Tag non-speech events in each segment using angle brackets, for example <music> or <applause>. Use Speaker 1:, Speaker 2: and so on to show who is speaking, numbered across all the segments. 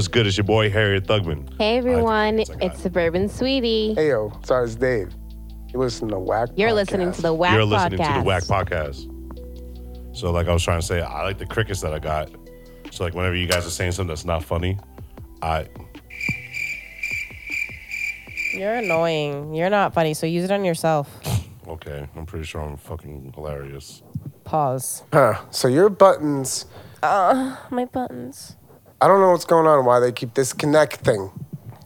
Speaker 1: What's good? It's your boy Harriet Thugman.
Speaker 2: Hey everyone,
Speaker 1: it's
Speaker 2: it's,
Speaker 1: like that.
Speaker 2: Suburban Sweetie.
Speaker 3: Hey yo, sorry, it's Dave. You listen to Whack.
Speaker 2: You're listening
Speaker 3: Podcast.
Speaker 2: to the Whack
Speaker 1: You're
Speaker 2: Podcast.
Speaker 1: listening to the Whack Podcast. So, like I was trying to say, I like the crickets that I got. So, like whenever you guys are saying something that's not funny, I
Speaker 4: You're annoying. You're not funny, so use it on yourself.
Speaker 1: okay, I'm pretty sure I'm fucking hilarious.
Speaker 4: Pause.
Speaker 3: Huh. So your buttons.
Speaker 4: My buttons.
Speaker 3: I don't know what's going on. Why they keep this connect thing?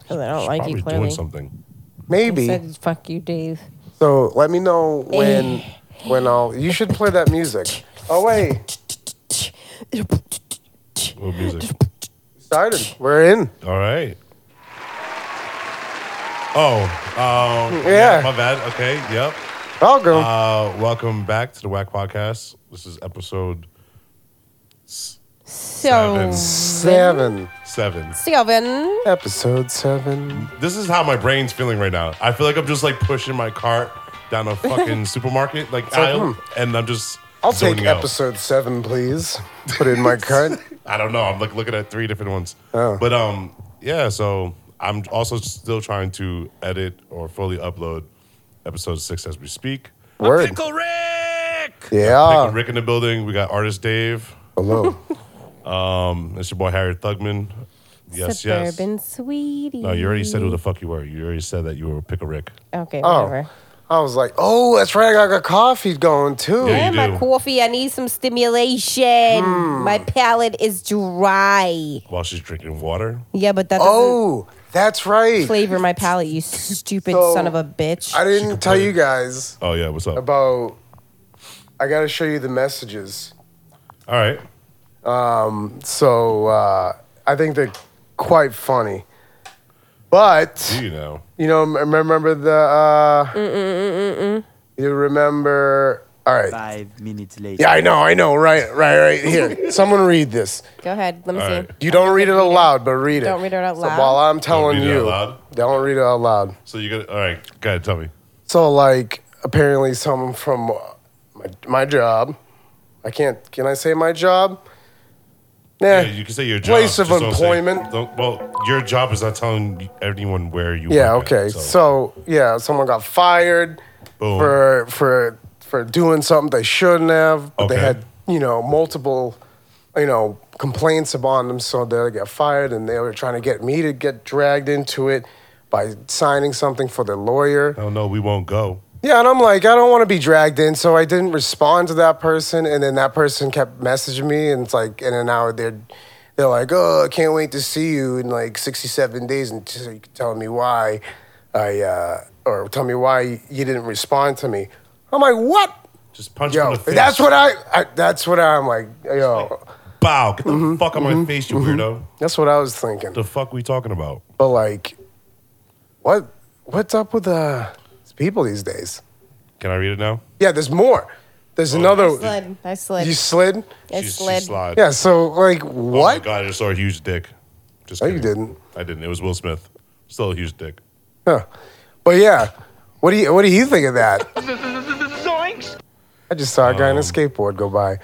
Speaker 4: Because I Oh, don't
Speaker 1: She's
Speaker 4: like
Speaker 1: probably
Speaker 4: you
Speaker 1: doing
Speaker 4: clearly.
Speaker 1: something.
Speaker 3: Maybe.
Speaker 4: Said, Fuck you, Dave. <laughs>
Speaker 3: So let me know when when I'll. You should play that music. Oh wait,
Speaker 1: What music?
Speaker 3: started. We're in.
Speaker 1: All right. Oh, um,
Speaker 3: Yeah.
Speaker 1: My bad. Okay. Yep.
Speaker 3: I'll go.
Speaker 1: Uh, welcome back to the Whack Podcast. This is episode
Speaker 4: So,
Speaker 3: seven.
Speaker 1: seven.
Speaker 4: Sylvan.
Speaker 3: Episode seven.
Speaker 1: This is how my brain's feeling right now. I feel like I'm just like pushing my cart down
Speaker 3: <laughs>
Speaker 1: a fucking supermarket like aisle, and I'm just.
Speaker 3: hmm. I'll
Speaker 1: zoning
Speaker 3: take
Speaker 1: out.
Speaker 3: episode seven, please. Put it in
Speaker 1: <laughs>
Speaker 3: my cart.
Speaker 1: I don't know. I'm like looking at three different ones.
Speaker 3: Oh.
Speaker 1: But um, yeah. So I'm also still trying to edit or fully upload episode six as we speak.
Speaker 3: Word.
Speaker 1: Pickle Rick.
Speaker 3: Yeah.
Speaker 1: Pickle Rick in the building. We got artist Dave.
Speaker 3: Hello.
Speaker 1: Um, it's your boy Harriet Thugman. Yes,
Speaker 4: Suburban
Speaker 1: yes.
Speaker 4: Sweetie.
Speaker 1: No, you already said who the fuck you were. You already said that you were Pickle Rick.
Speaker 4: Okay,
Speaker 3: Oh.
Speaker 4: whatever.
Speaker 3: I was like, oh, that's right. I got, got coffee going too.
Speaker 1: Yeah, you
Speaker 4: Yeah,
Speaker 1: do.
Speaker 4: my coffee. I need some stimulation.
Speaker 3: Hmm.
Speaker 4: My palate is dry.
Speaker 1: While she's drinking water.
Speaker 4: Yeah, but that doesn't
Speaker 3: Oh, that's right. <laughs>
Speaker 4: flavor my palate, you stupid
Speaker 3: So,
Speaker 4: son of a bitch.
Speaker 3: I didn't tell you guys
Speaker 1: Oh yeah, what's up?
Speaker 3: about. I got to show you the messages.
Speaker 1: All right.
Speaker 3: So uh, I think they're quite funny. But,
Speaker 1: Do you know?
Speaker 3: you know, m- remember the. Uh, You remember. All right.
Speaker 5: Five minutes later.
Speaker 3: Yeah, I know, I know. Right, right,
Speaker 1: <laughs>
Speaker 3: right. Here, someone read this.
Speaker 4: Go ahead. Let me
Speaker 1: All
Speaker 4: see.
Speaker 1: right.
Speaker 3: You don't read it aloud, but read it.
Speaker 4: Don't read it out
Speaker 3: So
Speaker 4: loud?
Speaker 3: while I'm telling
Speaker 1: read it out
Speaker 3: you,
Speaker 1: loud?
Speaker 3: don't read it out loud.
Speaker 1: So you got all right. Go ahead, tell me.
Speaker 3: So, like, apparently, someone from uh, my, my job. I can't. Can I say my job? Nah.
Speaker 1: Yeah, you can say your job.
Speaker 3: Eh, Place of
Speaker 1: just don't say-
Speaker 3: employment.
Speaker 1: don't- well, your job is not telling anyone where you.
Speaker 3: Yeah,
Speaker 1: work at,
Speaker 3: okay. So. yeah, someone got fired
Speaker 1: Boom.
Speaker 3: for for for doing something they shouldn't have, but they
Speaker 1: Okay.
Speaker 3: had, you know, multiple, you know, complaints upon them, so they got fired and they were trying to get me to get dragged into it by signing something for their lawyer.
Speaker 1: Oh no, we won't go.
Speaker 3: Yeah, and I'm like, I don't want to be dragged in, so I didn't respond to that person, and then that person kept messaging me, and it's like, in an hour they're they're like, oh, I can't wait to see you in like 67 days, and so you can tell me why I uh, or tell me why you didn't respond to me. I'm like, what?
Speaker 1: Just punch him
Speaker 3: Yo,
Speaker 1: in the face.
Speaker 3: that's what I, I that's what I'm like, yo,
Speaker 1: Bow. Get the
Speaker 3: Mm-hmm,
Speaker 1: fuck out my face, you weirdo.
Speaker 3: that's what I was thinking.
Speaker 1: The fuck we talking about?
Speaker 3: But like, what what's up with uh, these people these days?
Speaker 1: Can I read it now?
Speaker 3: Yeah, there's more. There's
Speaker 4: I
Speaker 3: another.
Speaker 4: slid. I slid.
Speaker 3: Oh. You slid.
Speaker 4: I
Speaker 1: She's-
Speaker 4: slid.
Speaker 1: She slid.
Speaker 3: Yeah, so like
Speaker 1: Oh my
Speaker 3: what?
Speaker 1: god, I just saw a huge dick. Just
Speaker 3: No, you
Speaker 1: kidding.
Speaker 3: didn't.
Speaker 1: I didn't. It was Will Smith. Still a huge dick.
Speaker 3: Huh. But yeah, what do you what do you think of that? I just saw a guy
Speaker 1: Um,
Speaker 3: on a skateboard go by.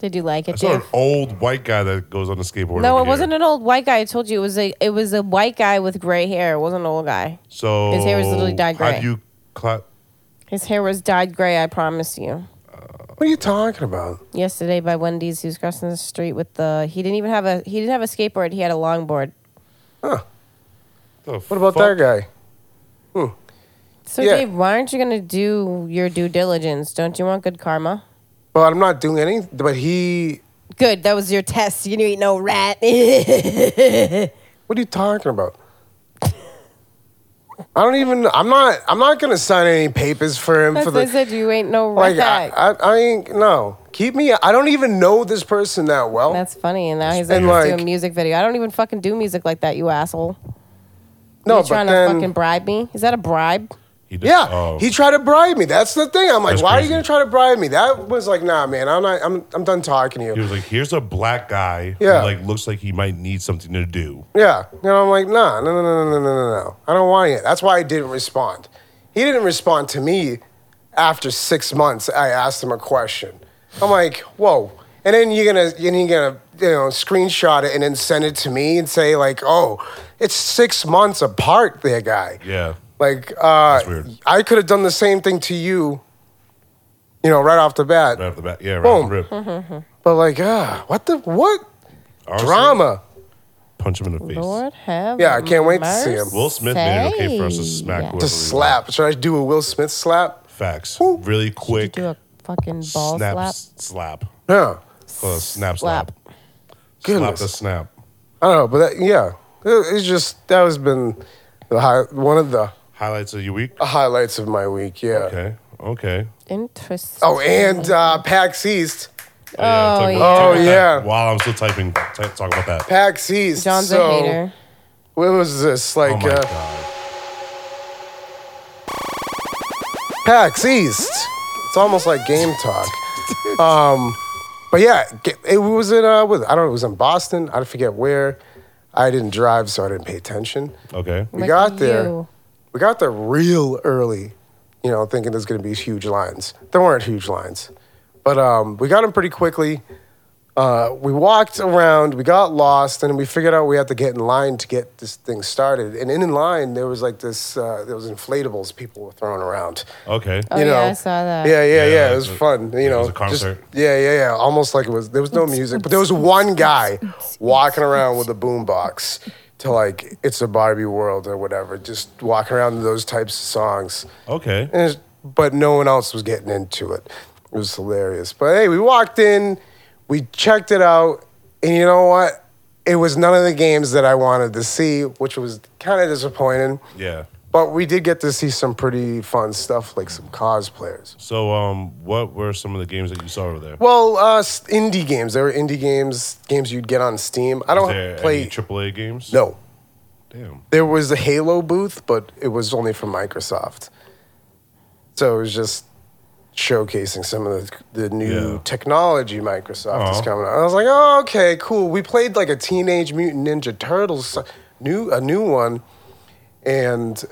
Speaker 4: Did you like
Speaker 1: I
Speaker 4: it,
Speaker 1: saw an
Speaker 4: Dave?
Speaker 1: old white guy that goes on a skateboard.
Speaker 4: No,
Speaker 1: over
Speaker 4: it
Speaker 1: here.
Speaker 4: wasn't an old white guy. I told you it was a it was a white guy with gray hair. It wasn't an old guy.
Speaker 1: So
Speaker 4: His hair was literally
Speaker 1: Have
Speaker 4: dyed gray.
Speaker 1: you cla-
Speaker 4: His hair was dyed gray. I promise you.
Speaker 3: What are you talking about?
Speaker 4: Yesterday by Wendy's, he was crossing the street with the. He didn't even have a. He didn't have a skateboard. He had a longboard.
Speaker 1: the
Speaker 3: What about that guy?
Speaker 4: So
Speaker 3: Yeah.
Speaker 4: Dave, why aren't you gonna do your due diligence? Don't you want good karma?
Speaker 3: Well, I'm not doing any. But he.
Speaker 4: Good. That was your test. You ain't no
Speaker 3: <laughs>
Speaker 4: rat.
Speaker 3: What are you talking about? I don't even. I'm not. I'm not gonna sign any papers for him
Speaker 4: That's
Speaker 3: for
Speaker 4: what I
Speaker 3: the.
Speaker 4: said. You ain't no rat.
Speaker 3: Like I, I, I ain't no. Keep me. I don't even know this person that well.
Speaker 4: That's funny. And now he's like,
Speaker 3: And
Speaker 4: let's do
Speaker 3: like-
Speaker 4: a music video. I don't even fucking do music like that, you asshole.
Speaker 3: no,
Speaker 4: you
Speaker 3: but
Speaker 4: trying
Speaker 3: then
Speaker 4: to fucking bribe me? Is that a bribe?
Speaker 1: He did-
Speaker 3: Yeah,
Speaker 1: oh.
Speaker 3: he tried to bribe me. That's the thing. I'm like,
Speaker 1: That's
Speaker 3: why are
Speaker 1: crazy.
Speaker 3: you gonna try to bribe me? That was like, nah, man. I'm not. I'm. I'm done talking to
Speaker 1: He
Speaker 3: you.
Speaker 1: was like, "Here's a black guy
Speaker 3: Yeah.
Speaker 1: who like looks like he might need something to do."
Speaker 3: Yeah. And I'm like, nah, no, no, no, no, no, no, no. I don't want it. That's why I didn't respond. He didn't respond to me. After six months, I asked him a question. I'm like, whoa. And then you're gonna and you're gonna you know screenshot it and then send it to me and say like, oh, it's six months apart, there, guy.
Speaker 1: Yeah.
Speaker 3: Like, uh,
Speaker 1: weird.
Speaker 3: I could have done the same thing to you. You know, right off the bat.
Speaker 1: Right off the bat. Yeah, right
Speaker 3: Boom.
Speaker 1: off the rip.
Speaker 3: <laughs> But like, ah, what the what
Speaker 1: Honestly,
Speaker 3: drama?
Speaker 1: Punch him in the face.
Speaker 4: Lord have
Speaker 3: Yeah, I can't wait to see him.
Speaker 1: Will Smith made it okay for us to
Speaker 4: mercy.
Speaker 1: smack whoever we
Speaker 3: To
Speaker 1: want.
Speaker 3: slap? Should I do a Will Smith slap?
Speaker 1: Facts.
Speaker 3: Woo.
Speaker 1: Really
Speaker 4: Did you
Speaker 1: quick.
Speaker 4: do a fucking ball
Speaker 1: snap
Speaker 4: slap.
Speaker 1: s- slap.
Speaker 3: No,
Speaker 1: Well, snap slap.
Speaker 4: Slap.
Speaker 1: Slap
Speaker 3: goodness.
Speaker 1: the snap.
Speaker 3: I don't know, but that, yeah, It- it's just that has been the high, one of the
Speaker 1: Highlights of your week.
Speaker 3: Uh, highlights of my week. Yeah.
Speaker 1: Okay. Okay.
Speaker 4: Interesting.
Speaker 3: Oh, and uh, PAX East.
Speaker 1: yeah, talk
Speaker 4: Oh,
Speaker 1: about-
Speaker 4: yeah.
Speaker 1: talk about
Speaker 3: Oh,
Speaker 1: that
Speaker 3: yeah.
Speaker 1: While I'm still typing, t- talk about that.
Speaker 3: PAX East.
Speaker 4: John's
Speaker 3: so,
Speaker 4: a hater.
Speaker 3: What was this
Speaker 1: oh
Speaker 3: like?
Speaker 1: my
Speaker 3: uh,
Speaker 1: god.
Speaker 3: PAX East. It's almost like game talk. Um, but yeah, g- it was in uh, what, I don't know. It was in Boston. I forget where. I didn't drive, so I didn't pay attention.
Speaker 1: Okay.
Speaker 3: We
Speaker 4: Lucky
Speaker 3: got there.
Speaker 4: you.
Speaker 3: We got there real early, you know, thinking there's going to be huge lines. There weren't huge lines, but um, we got them pretty quickly. Uh, we walked around, we got lost, and we figured out we had to get in line to get this thing started. And in line, there was like this, uh, there was inflations people were throwing around.
Speaker 1: Okay.
Speaker 4: Oh
Speaker 3: you
Speaker 4: yeah,
Speaker 3: know,
Speaker 4: I saw that.
Speaker 3: Yeah, yeah,
Speaker 1: Yeah,
Speaker 3: yeah.
Speaker 1: it
Speaker 3: It was
Speaker 1: was a-
Speaker 3: fun.
Speaker 1: yeah,
Speaker 3: You
Speaker 1: it
Speaker 3: know,
Speaker 1: was a
Speaker 3: just-
Speaker 1: concert.
Speaker 3: yeah, yeah, yeah. Almost like it was. There was no music, but there was one guy walking around with a boombox to like "It's a Barbie World" or whatever, just walking around to those types of songs.
Speaker 1: Okay.
Speaker 3: And it's- but no one else was getting into it. It was hilarious. But hey, we walked in, we checked it out, and you know what? It was none of the games that I wanted to see, which was kind of disappointing.
Speaker 1: Yeah.
Speaker 3: But we did get to see some pretty fun stuff, like some cosplayers.
Speaker 1: So, um, what were some of the games that you saw over there?
Speaker 3: Well, uh, s- indie games. There were indie games, games you'd get on Steam. I
Speaker 1: Was
Speaker 3: don't
Speaker 1: there
Speaker 3: play.
Speaker 1: any AAA games?
Speaker 3: no,
Speaker 1: Damn.
Speaker 3: there was a Halo booth, but it was only from Microsoft. So it was just showcasing some of the, the new
Speaker 1: Yeah. Uh-huh.
Speaker 3: technology Microsoft is
Speaker 1: Aw.
Speaker 3: coming out. I was like, oh, okay, cool. We played like a Teenage Mutant Ninja Turtles so- new a new one, and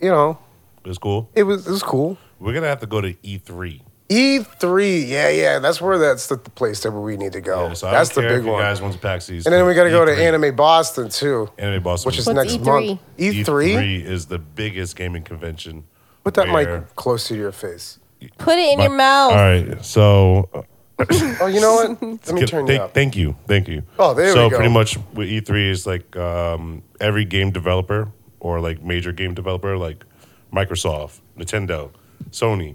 Speaker 3: you know
Speaker 1: It's cool.
Speaker 3: it was it was cool.
Speaker 1: We're gonna have to go to E E3.
Speaker 3: E3, E yeah, yeah, that's where that's the, the place that we need to go.
Speaker 1: Yeah, so I
Speaker 3: Oh, that's
Speaker 1: don't
Speaker 3: the
Speaker 1: care
Speaker 3: big
Speaker 1: if you
Speaker 3: one.
Speaker 1: guys E want to pack these.
Speaker 3: And then we got to go to
Speaker 1: E3.
Speaker 3: Anime Boston too,
Speaker 1: Anime Boston,
Speaker 3: which is
Speaker 4: What's
Speaker 3: next
Speaker 4: E3?
Speaker 3: month.
Speaker 1: E3?
Speaker 3: E three.
Speaker 1: is the biggest gaming convention.
Speaker 3: Put that
Speaker 1: where-
Speaker 3: mic close to your face.
Speaker 4: Put it in your
Speaker 1: All
Speaker 4: mouth.
Speaker 1: right, so uh,
Speaker 3: Oh, you know what? Let me
Speaker 1: get-
Speaker 3: turn you
Speaker 1: thank,
Speaker 3: up.
Speaker 1: thank you, thank you.
Speaker 3: Oh, there
Speaker 1: so
Speaker 3: we go.
Speaker 1: pretty much with E3 is like um, every game developer or like major game developer like Microsoft, Nintendo, Sony,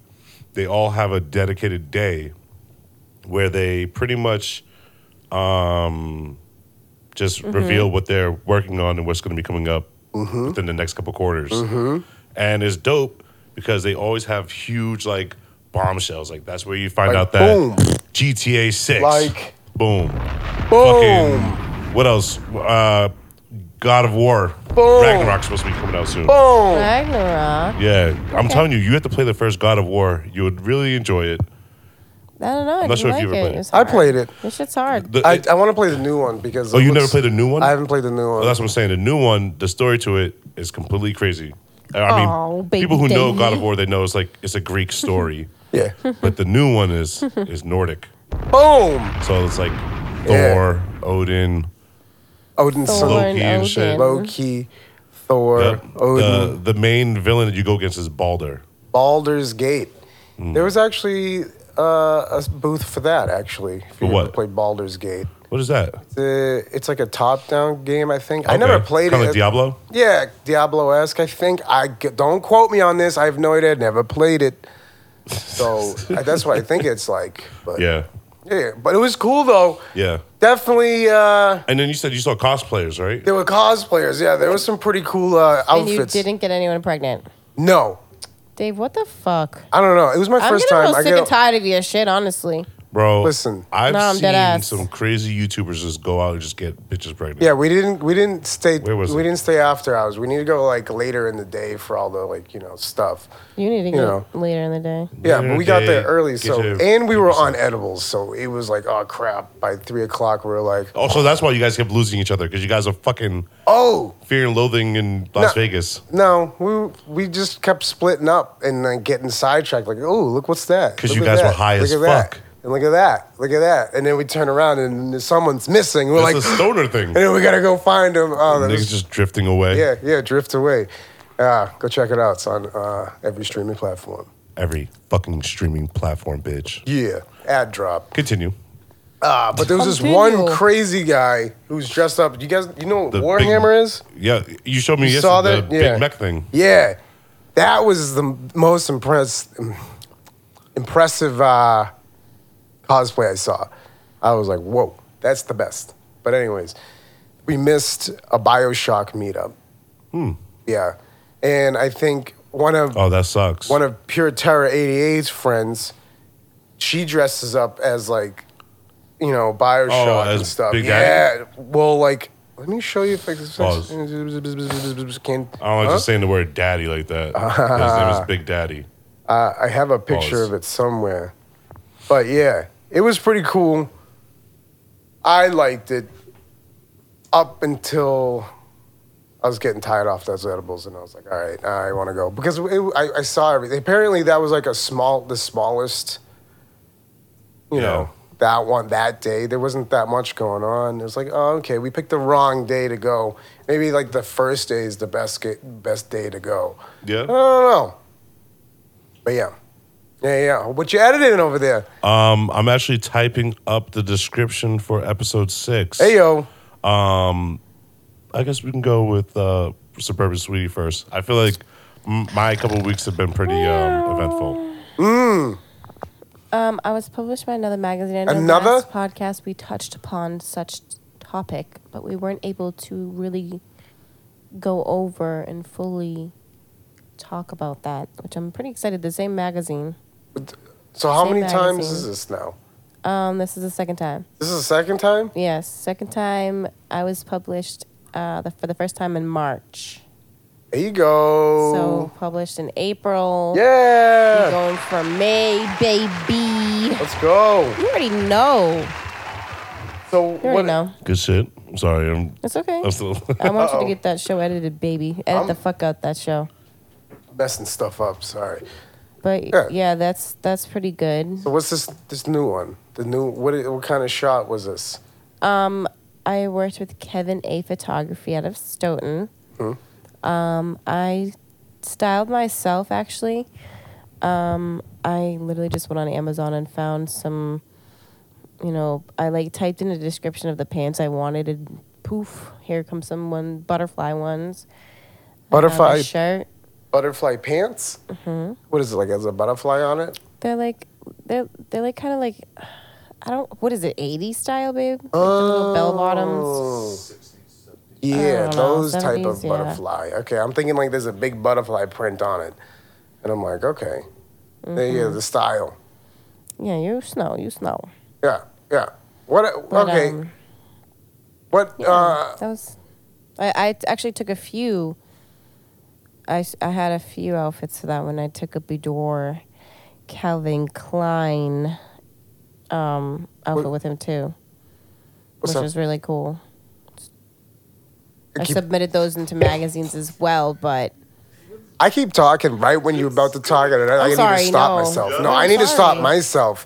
Speaker 1: they all have a dedicated day where they pretty much um, just
Speaker 3: Mm-hmm.
Speaker 1: reveal what they're working on and what's going to be coming up within the next couple quarters.
Speaker 3: Mm-hmm.
Speaker 1: And it's dope because they always have huge like bombshells. Like that's where you find
Speaker 3: Like,
Speaker 1: out that
Speaker 3: boom.
Speaker 1: GTA Six,
Speaker 3: Like-
Speaker 1: boom,
Speaker 3: Boom.
Speaker 1: Fucking, what else? Uh, God of War,
Speaker 3: Boom.
Speaker 1: Ragnarok's supposed to be coming out soon.
Speaker 3: Boom.
Speaker 4: Ragnarok.
Speaker 1: Yeah, I'm telling you, you have to play the first God of War. You would really enjoy it.
Speaker 4: I don't know. I
Speaker 1: I'm not
Speaker 4: do
Speaker 1: sure if
Speaker 4: like
Speaker 1: you ever
Speaker 4: it.
Speaker 1: played it.
Speaker 4: It's
Speaker 3: I
Speaker 4: hard.
Speaker 3: played it.
Speaker 4: This shit's hard.
Speaker 1: The-
Speaker 3: I,
Speaker 1: it-
Speaker 3: I want to play the new one because.
Speaker 1: oh,
Speaker 3: it
Speaker 1: you never
Speaker 3: looks-
Speaker 1: played the new one?
Speaker 3: I haven't played the new one.
Speaker 1: Well, that's what I'm saying. The new one, the story to it is completely crazy. I mean,
Speaker 4: Aw, baby
Speaker 1: people who know
Speaker 4: Davey.
Speaker 1: God of War, they know it's like it's a
Speaker 4: <laughs>
Speaker 1: Greek story,
Speaker 3: yeah.
Speaker 1: but the new one is is Nordic.
Speaker 3: Boom.
Speaker 1: So it's like
Speaker 3: Yeah.
Speaker 1: Thor, Odin,
Speaker 3: Odin's
Speaker 4: Thor
Speaker 1: Loki
Speaker 3: son.
Speaker 4: and
Speaker 1: and shit.
Speaker 4: Odin.
Speaker 3: Loki, Thor,
Speaker 1: the,
Speaker 3: Odin,
Speaker 1: the the main villain that you go against is Balder.
Speaker 3: Baldur's Gate.
Speaker 1: Hmm.
Speaker 3: There was actually uh, a booth for that. Actually, if
Speaker 1: For
Speaker 3: you ever
Speaker 1: what?
Speaker 3: played Baldur's Gate.
Speaker 1: What is that?
Speaker 3: The, it's like a top-down game, I think. I never played
Speaker 1: Kind
Speaker 3: it.
Speaker 1: of like Diablo.
Speaker 3: Yeah, Diablo esque. I think I g- don't quote me on this. I have no idea. Never played it, so I- that's what I think it's like. But
Speaker 1: Yeah,
Speaker 3: yeah, but it was cool though.
Speaker 1: yeah.
Speaker 3: Definitely, uh,
Speaker 1: And then you said you saw cosplayers, right?
Speaker 3: there were cosplayers. Yeah, there was some pretty cool uh,
Speaker 4: and you
Speaker 3: outfits.
Speaker 4: didn't get anyone pregnant.
Speaker 3: No,
Speaker 4: Dave, what the fuck?
Speaker 3: I don't know. It was my
Speaker 4: I'm
Speaker 3: first
Speaker 4: getting
Speaker 3: time.
Speaker 4: real
Speaker 3: I
Speaker 4: sick
Speaker 3: get-
Speaker 4: and tired of your shit, honestly.
Speaker 1: Bro,
Speaker 3: Listen.
Speaker 1: I've
Speaker 4: No, I'm
Speaker 1: seen
Speaker 4: dead ass.
Speaker 1: some crazy YouTubers just go out and just get bitches pregnant.
Speaker 3: Yeah, we didn't. We didn't stay.
Speaker 1: Where was
Speaker 3: we
Speaker 1: it?
Speaker 3: didn't stay after hours. We need to go like later in the day for all the like you know stuff.
Speaker 4: You need to get
Speaker 3: know.
Speaker 4: later in the day.
Speaker 1: Later
Speaker 3: Yeah, but we
Speaker 1: in the
Speaker 3: got there
Speaker 1: day,
Speaker 3: early,
Speaker 1: get
Speaker 3: so
Speaker 1: to
Speaker 3: and we were on
Speaker 1: 50%.
Speaker 3: edibles, so it was like oh crap. By three o'clock, we were like
Speaker 1: Also, that's why you guys kept losing each other because you guys are fucking
Speaker 3: oh
Speaker 1: fear and loathing in Las
Speaker 3: No.
Speaker 1: Vegas.
Speaker 3: No, we we just kept splitting up and like, getting sidetracked. Like, oh, look what's that?
Speaker 1: Because
Speaker 3: Look
Speaker 1: you guys
Speaker 3: at
Speaker 1: were
Speaker 3: that.
Speaker 1: high
Speaker 3: Look
Speaker 1: as
Speaker 3: at that."
Speaker 1: fuck.
Speaker 3: And look at that. Look at that. And then we turn around and someone's missing. We're
Speaker 1: That's
Speaker 3: like,
Speaker 1: a stoner
Speaker 3: <laughs>
Speaker 1: thing.
Speaker 3: <gasps> and then we gotta go find him. Oh, that
Speaker 1: Niggas
Speaker 3: was,
Speaker 1: just drifting away.
Speaker 3: yeah, yeah, drift away. Uh, go check it out. It's on uh, every streaming platform.
Speaker 1: Every fucking streaming platform, bitch.
Speaker 3: Yeah, ad drop.
Speaker 1: Continue.
Speaker 3: Ah, but there was this one
Speaker 4: Continue.
Speaker 3: crazy guy who's dressed up. You guys, you know what
Speaker 1: The
Speaker 3: Warhammer
Speaker 1: big-
Speaker 3: is?
Speaker 1: Yeah, you showed me
Speaker 3: You
Speaker 1: yesterday
Speaker 3: saw
Speaker 1: the
Speaker 3: that? Yeah.
Speaker 1: Big Mac thing.
Speaker 3: Yeah, that was the most impress- impressive uh, cosplay I saw. I was like, whoa, that's the best. But anyways, we missed a Bioshock meetup.
Speaker 1: Hmm.
Speaker 3: Yeah, and I think one of
Speaker 1: Oh, that sucks.
Speaker 3: one of Pure Terror 88's friends, she dresses up as like, you know, Bioshock
Speaker 1: Oh, as
Speaker 3: and stuff.
Speaker 1: Big
Speaker 3: yeah.
Speaker 1: Daddy?
Speaker 3: Well, like, let me show you if I <laughs>
Speaker 1: Pause.
Speaker 3: can. Can-
Speaker 1: I don't like
Speaker 3: Huh?
Speaker 1: just saying the word daddy like that. His name
Speaker 3: <laughs>
Speaker 1: is Big Daddy.
Speaker 3: Uh, I have a picture
Speaker 1: Pause.
Speaker 3: of it somewhere. But yeah, it was pretty cool. I liked it up until I was getting tired off those edibles, and I was like, all right, I want to go because it, I, I saw everything. Apparently, that was like a small, the smallest. You
Speaker 1: Yeah.
Speaker 3: know that one that day there wasn't that much going on. It was like, oh, okay, we picked the wrong day to go. Maybe like the first day is the best ga- best day to go. I
Speaker 1: Yeah.
Speaker 3: don't know. But yeah. Yeah, yeah. What you editing over there?
Speaker 1: Um, I'm actually typing up the description for episode six.
Speaker 3: Hey, yo.
Speaker 1: I guess we can go with uh, Suburban Sweetie first. I feel like m- my couple of weeks have been pretty um, eventful.
Speaker 4: Um, I was published by another magazine. I know
Speaker 3: Another?
Speaker 4: Last podcast we touched upon such topic, but we weren't able to really go over and fully talk about that, which I'm pretty excited. The same magazine.
Speaker 3: So, how
Speaker 4: Same
Speaker 3: many times
Speaker 4: magazine.
Speaker 3: is this now?
Speaker 4: Um, this is the second time.
Speaker 3: This is the second time?
Speaker 4: Yes, second time I was published uh, the, for the first time in March.
Speaker 3: There you go.
Speaker 4: So published in April. We're
Speaker 3: yeah.
Speaker 4: Going for May, baby.
Speaker 3: Let's go.
Speaker 4: You already know.
Speaker 3: So,
Speaker 4: You already
Speaker 3: what?
Speaker 4: know.
Speaker 1: Good shit. I'm sorry. I'm,
Speaker 4: It's okay.
Speaker 1: I'm still. <laughs>
Speaker 4: I want you
Speaker 3: Uh-oh.
Speaker 4: to get that show edited, baby. Edit the fuck out that show.
Speaker 3: Messing stuff up. Sorry.
Speaker 4: But
Speaker 3: Yeah.
Speaker 4: yeah. that's that's pretty good.
Speaker 3: So, what's this this new one? The new, what, i- what kind of shot was this?
Speaker 4: I worked with Kevin A Photography out of Stoughton.
Speaker 3: Hmm.
Speaker 4: Um, I styled myself actually. Um, I literally just went on Amazon and found some. You know, I like typed in a description of the pants I wanted, and poof, here comes some one butterfly ones. I have a
Speaker 3: Butterfly
Speaker 4: shirt.
Speaker 3: butterfly pants? Mm-hmm. is it like? Has a butterfly on it?
Speaker 4: They're like they're they're like kind of like <sighs> I don't what is it 80s style babe like the little bell
Speaker 3: Oh.
Speaker 4: bottoms
Speaker 3: Yeah,
Speaker 4: don't know,
Speaker 3: those type of
Speaker 4: 70s, yeah.
Speaker 3: butterfly. Okay, I'm thinking like there's a big butterfly print on it, and I'm like, okay, there you go,
Speaker 4: Mm-hmm.
Speaker 3: the style.
Speaker 4: yeah you snow you snow
Speaker 3: Yeah, yeah. What? uh,
Speaker 4: But,
Speaker 3: okay.
Speaker 4: um,
Speaker 3: what?
Speaker 4: yeah,
Speaker 3: Uh,
Speaker 4: that was I, I actually took a few I, s- I had a few outfits for that one I took a Boudoir Calvin Klein um outfit
Speaker 3: What-
Speaker 4: with him too
Speaker 3: What's
Speaker 4: which
Speaker 3: up?
Speaker 4: was really cool I
Speaker 3: keep-
Speaker 4: submitted those into magazines as well but
Speaker 3: I keep talking right when you're about to talk, and I, I need
Speaker 4: sorry,
Speaker 3: to stop
Speaker 4: no.
Speaker 3: myself. No,
Speaker 4: I'm
Speaker 3: I need to stop
Speaker 4: sorry.
Speaker 3: myself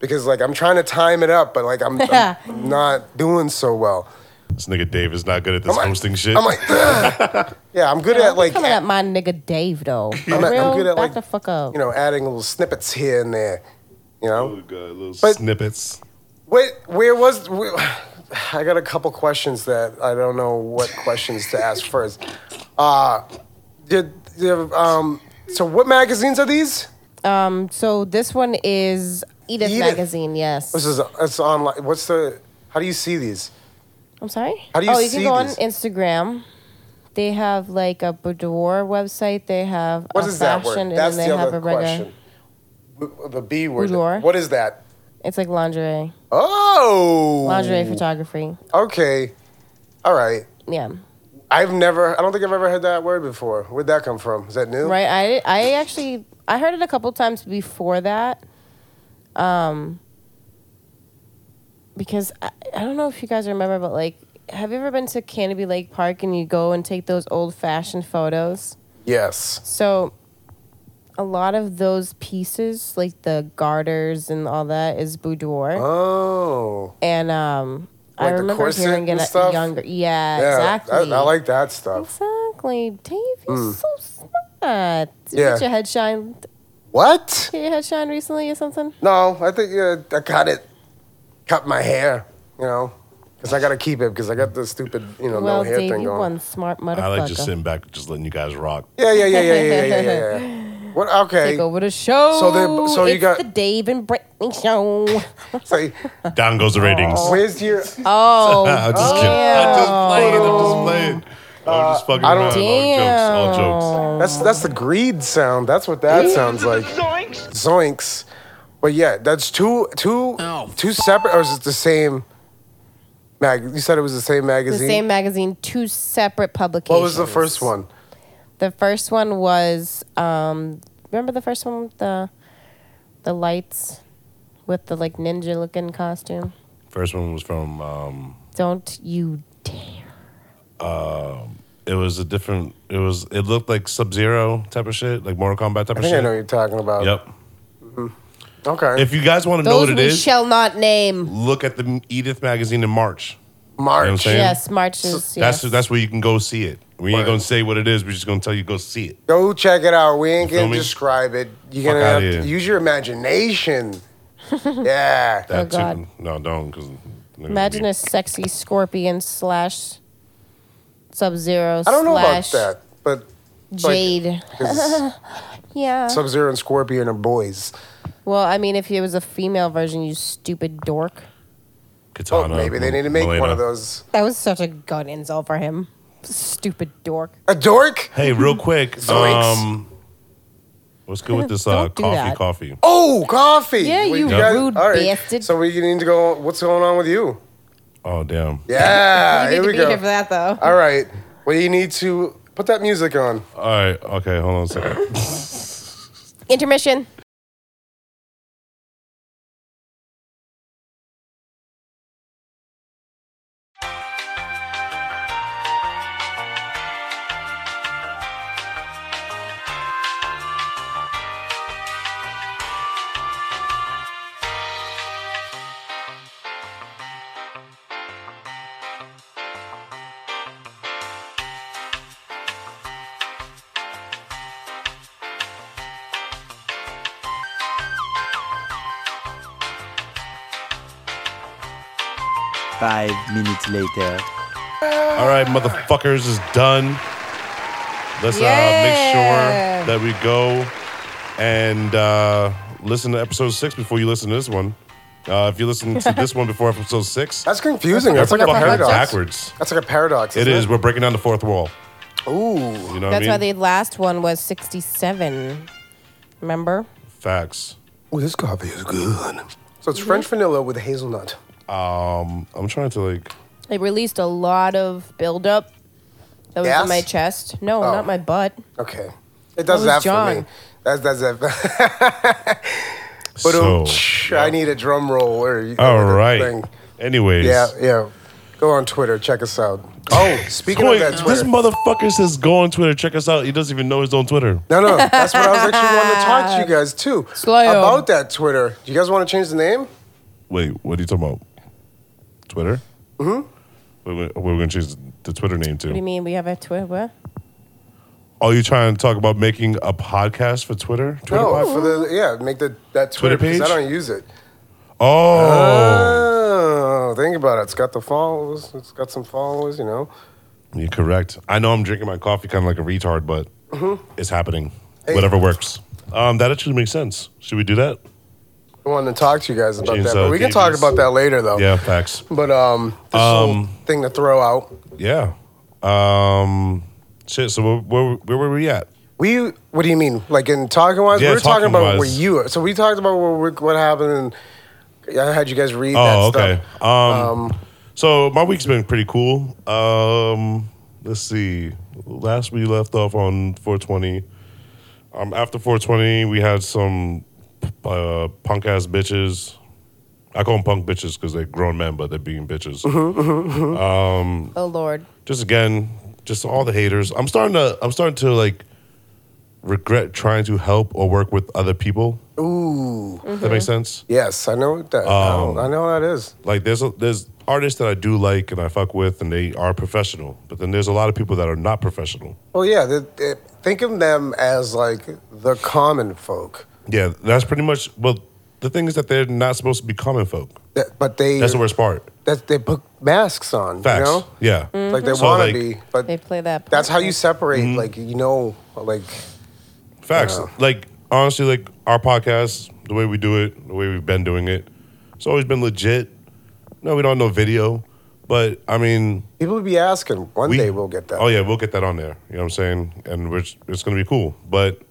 Speaker 3: because like I'm trying to time it up, but like I'm,
Speaker 4: <laughs>
Speaker 3: I'm not doing so well.
Speaker 1: this nigga Dave is not good at this
Speaker 3: I'm like-
Speaker 1: hosting shit.
Speaker 3: I'm like, "Ugh." yeah, I'm good
Speaker 4: Don't
Speaker 3: at
Speaker 4: be
Speaker 3: like
Speaker 4: coming at my nigga Dave though. For
Speaker 3: I'm at- I'm
Speaker 4: real,
Speaker 3: good at,
Speaker 4: back
Speaker 3: like,
Speaker 4: the fuck up.
Speaker 3: you know adding little snippets here and there, you know.
Speaker 1: Oh, God, little
Speaker 3: But-
Speaker 1: snippets.
Speaker 3: Wait, where was? Where, <sighs> I got a couple questions that I don't know what questions to ask first. Uh, did, did, um, so what magazines are these?
Speaker 4: um, so this one is Edith,
Speaker 3: Edith.
Speaker 4: magazine. Yes.
Speaker 3: This is it's online. What's the? How do you see these?
Speaker 4: I'm sorry.
Speaker 3: How do you
Speaker 4: oh, you
Speaker 3: see
Speaker 4: can go
Speaker 3: these?
Speaker 4: on Instagram. They have like a boudoir website. They have
Speaker 3: What
Speaker 4: a
Speaker 3: is that
Speaker 4: fashion,
Speaker 3: word?
Speaker 4: and
Speaker 3: That's
Speaker 4: then
Speaker 3: the
Speaker 4: they have
Speaker 3: other
Speaker 4: a regular.
Speaker 3: question. B- The B word.
Speaker 4: Boudoir.
Speaker 3: What is that?
Speaker 4: It's like lingerie,
Speaker 3: Oh,
Speaker 4: lingerie photography.
Speaker 3: Okay, all right.
Speaker 4: Yeah,
Speaker 3: I've never. I don't think I've ever heard that word before. Where'd that come from? Is that new?
Speaker 4: right. I I actually I heard it a couple times before that. Um. Because I, I don't know if you guys remember, but like, have you ever been to Canopy Lake Park and you go and take those old fashioned photos?
Speaker 3: Yes.
Speaker 4: So a lot of those pieces, like the garters and all that, is boudoir.
Speaker 3: Oh.
Speaker 4: And um, I
Speaker 3: Like the
Speaker 4: remember
Speaker 3: corset
Speaker 4: hearing it
Speaker 3: and
Speaker 4: at
Speaker 3: stuff?
Speaker 4: younger. Yeah,
Speaker 3: Yeah,
Speaker 4: exactly.
Speaker 3: I, I like that stuff.
Speaker 4: Exactly, Dave. You're so smart. Did
Speaker 3: Yeah.
Speaker 4: you get your head shine?
Speaker 3: What?
Speaker 4: Get your head shine recently or something?
Speaker 3: No, I think yeah, I got it. Cut my hair, you know, because I got to keep it because I got the stupid, you know,
Speaker 4: well,
Speaker 3: no hair
Speaker 4: Dave,
Speaker 3: thing
Speaker 4: you
Speaker 3: going.
Speaker 4: one smart motherfucker.
Speaker 1: I like just sitting back, just letting you guys rock.
Speaker 3: Yeah, yeah, yeah, yeah, yeah, yeah, yeah.
Speaker 4: <laughs>
Speaker 3: yeah. What? Okay.
Speaker 4: Take over the show.
Speaker 3: So they- so you
Speaker 4: It's
Speaker 3: got-
Speaker 4: the Dave and Brittany
Speaker 3: <laughs>
Speaker 4: show.
Speaker 3: So,
Speaker 1: Down goes the ratings.
Speaker 3: where's your?
Speaker 1: <laughs>
Speaker 4: Oh,
Speaker 1: I'm just kidding. I'm just playing. I'm just playing. I'm just fucking
Speaker 3: Uh, I don't-
Speaker 1: around. All jokes. All jokes.
Speaker 3: That's that's the greed sound. That's what that sounds like.
Speaker 2: Zoinks!
Speaker 3: Zoinks. But yeah, that's two two
Speaker 5: Ow.
Speaker 3: two separate, or is it the same? Mag, you said it was the same
Speaker 4: the
Speaker 3: magazine.
Speaker 4: same magazine, two separate publications.
Speaker 3: What was the first one?
Speaker 4: The first one was um, remember the first one with the the lights with the like ninja looking costume.
Speaker 1: First one was from. Um,
Speaker 4: Don't you dare!
Speaker 1: it was a different. It was. It looked like Sub Zero type of shit, like Mortal Kombat type
Speaker 3: I
Speaker 1: of
Speaker 3: think I
Speaker 1: shit.
Speaker 3: know what you're talking about.
Speaker 1: Yep.
Speaker 3: Okay.
Speaker 1: If you guys want to know
Speaker 4: Those
Speaker 1: what it
Speaker 4: we
Speaker 1: is,
Speaker 4: shall not name.
Speaker 1: look at the Edith magazine in March. You know what I'm
Speaker 3: March.
Speaker 1: saying?
Speaker 4: Yes, marches. yes.
Speaker 1: That's that's where you can go see it. We
Speaker 3: Word.
Speaker 1: ain't gonna say what it is. We're just gonna tell you go see it.
Speaker 3: Go check it out. We ain't
Speaker 1: You feel
Speaker 3: gonna
Speaker 1: me?
Speaker 3: describe it. You're
Speaker 1: Fuck
Speaker 3: gonna
Speaker 1: outta
Speaker 3: have to
Speaker 1: here.
Speaker 3: use your
Speaker 4: <laughs>
Speaker 3: imagination. yeah.
Speaker 1: That
Speaker 4: Oh, God.
Speaker 1: too. No, don't. Cause
Speaker 4: Imagine a sexy scorpion slash Sub Zero
Speaker 3: I don't know about
Speaker 4: slash
Speaker 3: that, but
Speaker 4: Jade. <laughs> yeah.
Speaker 3: Sub Zero and Scorpion are boys.
Speaker 4: well, I mean, if it was a female version, you stupid dork.
Speaker 3: Oh,
Speaker 1: Katana.
Speaker 3: maybe they need to make one
Speaker 1: Milena.
Speaker 3: of those.
Speaker 4: That was such a gut insult for him. Stupid dork.
Speaker 3: A dork?
Speaker 1: Hey, real quick.
Speaker 3: <laughs> Zoinks.
Speaker 1: um, what's good with this uh,
Speaker 4: Don't do
Speaker 1: coffee?
Speaker 4: that.
Speaker 1: Coffee.
Speaker 3: Oh, coffee.
Speaker 4: Yeah,
Speaker 3: Well,
Speaker 4: you rude bastard.
Speaker 3: So we need to go. What's going on with you?
Speaker 1: Oh damn.
Speaker 3: Yeah, Ah,
Speaker 4: <laughs> you need
Speaker 3: here
Speaker 4: to
Speaker 3: we
Speaker 4: be
Speaker 3: go.
Speaker 4: here for that though.
Speaker 3: All right. Well, you need to put that music on.
Speaker 1: All right. Okay. Hold on a second.
Speaker 4: Intermission.
Speaker 5: Five minutes later.
Speaker 1: All right, motherfuckers is done. Let's
Speaker 4: Yeah.
Speaker 1: uh, make sure that we go and uh, listen to episode six before you listen to this one. Uh, if you listen to this one before episode six,
Speaker 3: <laughs> That's confusing. That's
Speaker 1: you're
Speaker 3: like a
Speaker 1: fucking
Speaker 3: paradox.
Speaker 1: backwards.
Speaker 3: That's like a paradox.
Speaker 1: It
Speaker 3: isn't
Speaker 1: is. We're breaking down the fourth wall.
Speaker 3: Ooh.
Speaker 1: You know
Speaker 4: That's
Speaker 1: what I
Speaker 4: why
Speaker 1: mean?
Speaker 4: the last one was 67. Remember?
Speaker 1: Facts.
Speaker 3: Ooh, this coffee is good. So it's French vanilla with hazelnut.
Speaker 1: Um, I'm trying to like.
Speaker 4: They released a lot of buildup that was
Speaker 3: Gas?
Speaker 4: in my chest. No,
Speaker 3: Oh.
Speaker 4: not my butt.
Speaker 3: Okay. It does
Speaker 4: was
Speaker 3: that for
Speaker 4: John?
Speaker 3: me. That's that's <laughs> that. But
Speaker 1: So, uh,
Speaker 3: I need a drum roll or you-
Speaker 1: all
Speaker 3: or the
Speaker 1: right.
Speaker 3: thing.
Speaker 1: Anyways,
Speaker 3: Yeah, yeah. Go on Twitter, check us out.
Speaker 1: <laughs>
Speaker 3: Oh, speaking
Speaker 1: Boy,
Speaker 3: of that
Speaker 1: this
Speaker 3: Twitter.
Speaker 1: motherfucker says go on Twitter, check us out. He doesn't even know his own Twitter. <laughs>
Speaker 3: no, no, that's what I was actually wanting to talk to you guys too
Speaker 4: Slayo.
Speaker 3: about that Twitter. Do you guys want to change the name?
Speaker 1: Wait, what are you talking about? Twitter? Mm-hmm. Wait, wait, what are we going to change the Twitter name
Speaker 4: What do you
Speaker 1: to?
Speaker 4: mean we have a Twitter? What?
Speaker 1: Are you trying to talk about making a podcast for Twitter? Twitter
Speaker 3: no,
Speaker 1: pod-
Speaker 3: for the yeah, make the that
Speaker 1: Twitter
Speaker 3: Twitter, because I
Speaker 1: page?
Speaker 3: don't use it.
Speaker 1: Oh,
Speaker 3: Oh, think about it. It's got the followers. It's got some followers. You know.
Speaker 1: you're correct. I know I'm drinking my coffee kind of like a retard, but it's happening. Whatever works. Um, that actually makes sense. Should we do that?
Speaker 3: I wanted to talk to you guys about
Speaker 1: James,
Speaker 3: that, but
Speaker 1: uh,
Speaker 3: we can talk
Speaker 1: Davies.
Speaker 3: about that later though.
Speaker 1: Yeah, facts.
Speaker 3: But um, this whole
Speaker 1: Um,
Speaker 3: thing to throw out.
Speaker 1: Yeah. Um, shit. So where, where, where were we at?
Speaker 3: We, what do you mean? Like in talking wise,
Speaker 1: Yeah,
Speaker 3: we were talking about
Speaker 1: talking-wise.
Speaker 3: where you were. So we talked about what, we- what happened and I had you guys read
Speaker 1: Oh,
Speaker 3: that
Speaker 1: okay.
Speaker 3: stuff.
Speaker 1: Um, so my week's been pretty cool. Um, let's see. Last we left off on 420. Um, after 420, we had some uh, punk ass bitches. I call them punk bitches because they're grown men, but they're being bitches.
Speaker 3: Mm-hmm.
Speaker 4: Oh, Lord.
Speaker 1: Just again, just all the haters. I'm starting to. I'm starting to like regret trying to help or work with other people.
Speaker 3: Ooh.
Speaker 1: That makes sense.
Speaker 3: Yes, I know what that. I don't-
Speaker 1: Um,
Speaker 3: I know what that is.
Speaker 1: Like there's a, there's artists that I do like and I fuck with and they are professional, but then there's a lot of people that are not professional.
Speaker 3: Well, yeah. The, the- think of them as like the common folk,
Speaker 1: Yeah, that's pretty much. Well, the thing is that they're not supposed to be common folk.
Speaker 3: that, but they
Speaker 1: That's the worst part.
Speaker 3: that they put masks on.
Speaker 1: Facts.
Speaker 3: You know,
Speaker 1: Yeah.
Speaker 3: like they
Speaker 1: So,
Speaker 3: want
Speaker 1: like- Mm-hmm.
Speaker 3: to be, but
Speaker 4: They play that.
Speaker 3: that's how
Speaker 4: part.
Speaker 3: you separate. Like you know, like
Speaker 1: Facts.
Speaker 3: Yeah.
Speaker 1: Like honestly, like our podcast, the way we do it, the way we've been doing it, it's always been legit. No, we don't know video, but I mean,
Speaker 3: people would be asking. One
Speaker 1: we
Speaker 3: day we'll get that.
Speaker 1: Oh yeah, we'll get that on there. You know what I'm saying? And we're, it's gonna be cool. But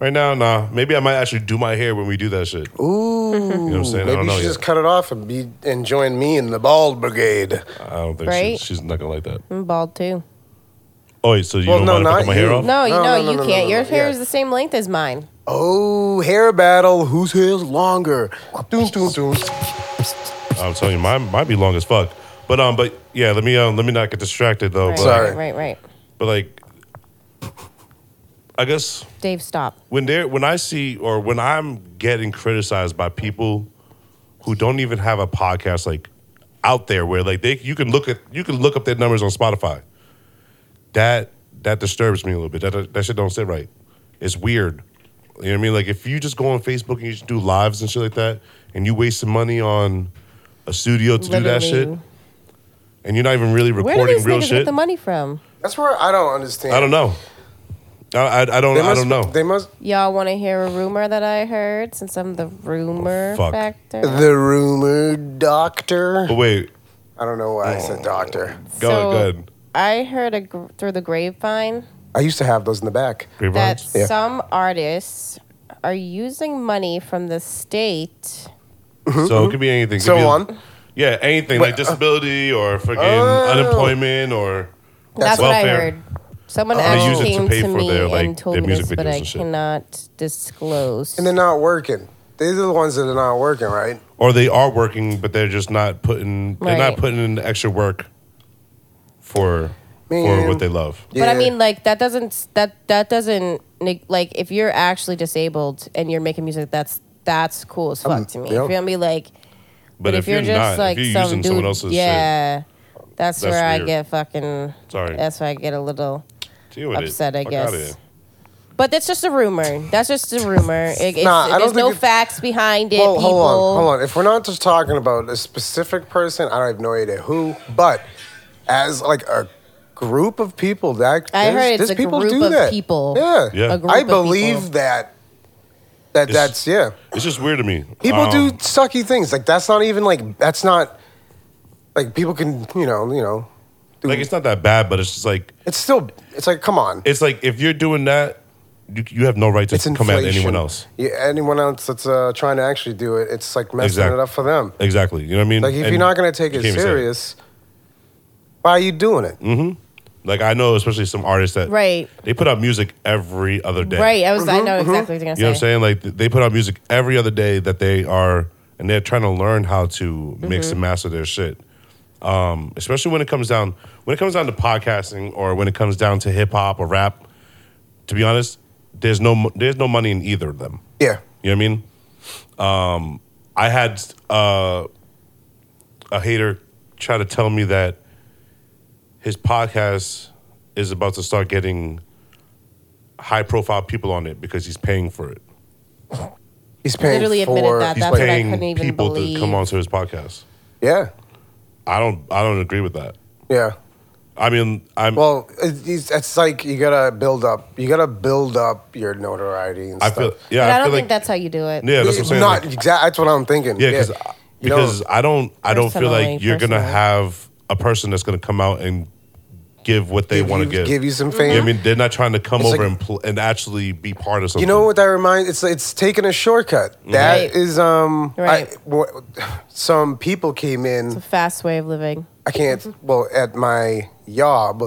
Speaker 1: right now, nah. Maybe I might actually do my hair when we do that shit.
Speaker 3: Ooh.
Speaker 1: You know what I'm saying? I
Speaker 3: Maybe
Speaker 1: don't
Speaker 3: you
Speaker 1: know
Speaker 3: should
Speaker 1: yet.
Speaker 3: just cut it off and be and join me in the bald brigade.
Speaker 1: I don't think
Speaker 4: Right?
Speaker 1: she, she's not gonna like that.
Speaker 4: I'm Mm, bald too.
Speaker 1: Oh, wait, so you
Speaker 3: Well,
Speaker 1: don't
Speaker 3: no,
Speaker 1: want to
Speaker 3: not
Speaker 1: cut my hair
Speaker 3: you.
Speaker 1: off?
Speaker 4: No, you
Speaker 3: No,
Speaker 4: know
Speaker 3: no, no,
Speaker 4: you
Speaker 3: no, no,
Speaker 4: can't.
Speaker 3: no,
Speaker 4: Your
Speaker 3: no,
Speaker 4: hair
Speaker 3: yeah.
Speaker 4: is the same length as mine.
Speaker 3: Oh, hair battle. Whose hair's longer? Doom, doom, doom.
Speaker 1: I'm telling you, mine might be long as fuck. But um, but yeah, let me um, let me not get distracted though.
Speaker 4: Right,
Speaker 1: But,
Speaker 3: Oh, Sorry.
Speaker 4: right, right, right.
Speaker 1: but like, I guess
Speaker 4: Dave, stop.
Speaker 1: when they are when I see or when I'm getting criticized by people who don't even have a podcast like out there where like they you can look at you can look up their numbers on Spotify. That that disturbs me a little bit. That that shit don't sit right. It's weird. You know what I mean? Like if you just go on Facebook and you just do lives and shit like that, and you waste some money on a studio to do that shit,
Speaker 4: Literally.
Speaker 1: and you're not even really
Speaker 4: Where do
Speaker 1: recording
Speaker 4: these
Speaker 1: real
Speaker 4: niggas get
Speaker 1: shit.
Speaker 4: the money from?
Speaker 3: That's where I don't understand.
Speaker 1: I don't know. I, I, I don't
Speaker 3: They must,
Speaker 1: I don't know.
Speaker 3: They must.
Speaker 4: Y'all want to hear a rumor that I heard since I'm the rumor
Speaker 1: Oh, fuck.
Speaker 4: factor?
Speaker 3: The rumor doctor.
Speaker 1: but wait,
Speaker 3: I don't know why I said doctor.
Speaker 1: go
Speaker 4: So-
Speaker 1: ahead.
Speaker 4: I heard a gr- through the grapevine
Speaker 3: I used to have those in the back.
Speaker 1: Great
Speaker 4: that
Speaker 1: vibes.
Speaker 3: Yeah.
Speaker 4: some artists are using money from the state.
Speaker 1: So it could be anything. It could
Speaker 3: Mm-hmm. So
Speaker 1: be-
Speaker 3: on. uh,
Speaker 1: Yeah, anything like disability or fucking
Speaker 3: Oh.
Speaker 1: unemployment or
Speaker 4: That's, what I
Speaker 1: welfare.
Speaker 4: heard.
Speaker 3: Oh.
Speaker 4: Someone
Speaker 1: they use it
Speaker 4: actually
Speaker 1: to
Speaker 4: came
Speaker 1: pay
Speaker 4: to
Speaker 1: for
Speaker 4: me
Speaker 1: their, like,
Speaker 4: and told
Speaker 1: their
Speaker 4: me
Speaker 1: music
Speaker 4: this, but
Speaker 1: videos
Speaker 4: I
Speaker 1: and shit.
Speaker 4: cannot disclose.
Speaker 3: And they're not working. These are the ones that are not working, right?
Speaker 1: or they are working but they're just not putting they're not
Speaker 4: Right.
Speaker 1: putting in the extra work for for
Speaker 3: Man.
Speaker 1: what they love.
Speaker 4: But I
Speaker 3: Yeah.
Speaker 4: mean, like that doesn't that that doesn't neg- like if you're actually disabled and you're making music, that's that's cool as fuck
Speaker 3: Um,
Speaker 4: to me.
Speaker 3: yeah.
Speaker 4: You feel me? Like,
Speaker 1: But, if, you're,
Speaker 4: just
Speaker 1: not,
Speaker 4: like
Speaker 1: if you're
Speaker 4: some
Speaker 1: using
Speaker 4: dude,
Speaker 1: someone else's
Speaker 4: yeah, that's,
Speaker 1: That's
Speaker 4: where I
Speaker 1: weird.
Speaker 4: get fucking.
Speaker 1: Sorry.
Speaker 4: that's where I get a little.
Speaker 1: shit, deal with it.
Speaker 4: upset, I
Speaker 1: Fuck
Speaker 4: guess.
Speaker 1: outta here.
Speaker 4: But that's just a rumor. That's just a rumor. It, it's,
Speaker 3: Nah, I don't
Speaker 4: there's
Speaker 3: think
Speaker 4: no
Speaker 3: it-
Speaker 4: facts behind it.
Speaker 3: Well,
Speaker 4: people.
Speaker 3: hold on, hold on. If we're not just talking about a specific person, I don't have no idea who, but as like a group of people, that
Speaker 4: I heard
Speaker 3: there's-
Speaker 4: it's
Speaker 3: there's
Speaker 4: a
Speaker 3: people
Speaker 4: group
Speaker 3: do
Speaker 4: of
Speaker 3: that.
Speaker 4: people.
Speaker 3: Yeah,
Speaker 1: Yeah. A group
Speaker 3: I
Speaker 4: of people.
Speaker 3: believe that. That
Speaker 1: It's-
Speaker 3: that's yeah.
Speaker 1: It's just weird to me.
Speaker 3: People
Speaker 1: Um,
Speaker 3: do sucky things. Like that's not even like that's not like people can you know you know. Do,
Speaker 1: like it's not that bad, but it's just like
Speaker 3: it's still it's like come on.
Speaker 1: it's like if you're doing that, you, you have no right to
Speaker 3: it's
Speaker 1: come
Speaker 3: inflation.
Speaker 1: at anyone else.
Speaker 3: Yeah, anyone else that's uh, trying to actually do it, it's like messing
Speaker 1: Exact-
Speaker 3: it up for them.
Speaker 1: Exactly. You know what I mean?
Speaker 3: Like if
Speaker 1: And
Speaker 3: you're not gonna take
Speaker 1: you
Speaker 3: it
Speaker 1: can't even say Mm.
Speaker 3: serious, why are you doing it?
Speaker 1: Like I know, especially some artists that
Speaker 4: Right.
Speaker 1: they put out music every other day.
Speaker 4: Right, I was.
Speaker 3: Mm-hmm,
Speaker 4: I know exactly what you're gonna
Speaker 1: You know what I'm
Speaker 4: say.
Speaker 1: saying? Like th- they put out music every other day that they are, and they're trying to learn how to mix and master their shit. Um, especially when it comes down when it comes down to podcasting or when it comes down to hip hop or rap. To be honest, there's no mo- there's no money in either of them.
Speaker 3: Yeah.
Speaker 1: You know what I mean? Um, I had uh, a hater try to tell me that his podcast is about to start getting high profile people on it because he's paying for it.
Speaker 3: He's paying
Speaker 4: Literally
Speaker 3: for
Speaker 4: admitted that.
Speaker 1: He's
Speaker 4: That's what I
Speaker 1: paying
Speaker 4: couldn't even
Speaker 1: people to
Speaker 4: believe.
Speaker 1: come onto his podcast.
Speaker 3: Yeah.
Speaker 1: I don't I don't agree with that.
Speaker 3: Yeah.
Speaker 1: I mean, I'm
Speaker 3: Well, it- it's, it's like you gotta build up. You gotta build up your notoriety and
Speaker 1: I
Speaker 3: stuff.
Speaker 1: feel yeah,
Speaker 4: But
Speaker 1: I,
Speaker 4: I don't
Speaker 1: feel
Speaker 4: think
Speaker 1: like
Speaker 4: that's how you do it.
Speaker 1: yeah, that's what I'm saying.
Speaker 3: Not
Speaker 1: like-
Speaker 3: exactly. That's what I'm thinking.
Speaker 1: Yeah, cause,
Speaker 3: You know-
Speaker 1: because I don't I don't feel like
Speaker 4: Personally,
Speaker 1: you're gonna
Speaker 4: personally.
Speaker 1: have a person that's gonna come out and give what they
Speaker 3: Give
Speaker 1: want to
Speaker 3: you-
Speaker 1: give.
Speaker 3: give you some
Speaker 4: Mm-hmm.
Speaker 3: fame.
Speaker 1: Yeah, I mean, they're not trying to come
Speaker 3: It's
Speaker 1: over
Speaker 3: like-
Speaker 1: and pl- and actually be part of something.
Speaker 3: You know what that reminds? It's it's taking a shortcut.
Speaker 1: Mm-hmm.
Speaker 3: That
Speaker 4: Right.
Speaker 3: is um. I,
Speaker 4: Right.
Speaker 3: wh- <sighs> some people came
Speaker 4: It's a
Speaker 3: in.
Speaker 4: fast way of living.
Speaker 3: I can't.
Speaker 4: Mm-hmm.
Speaker 3: Well, at my job,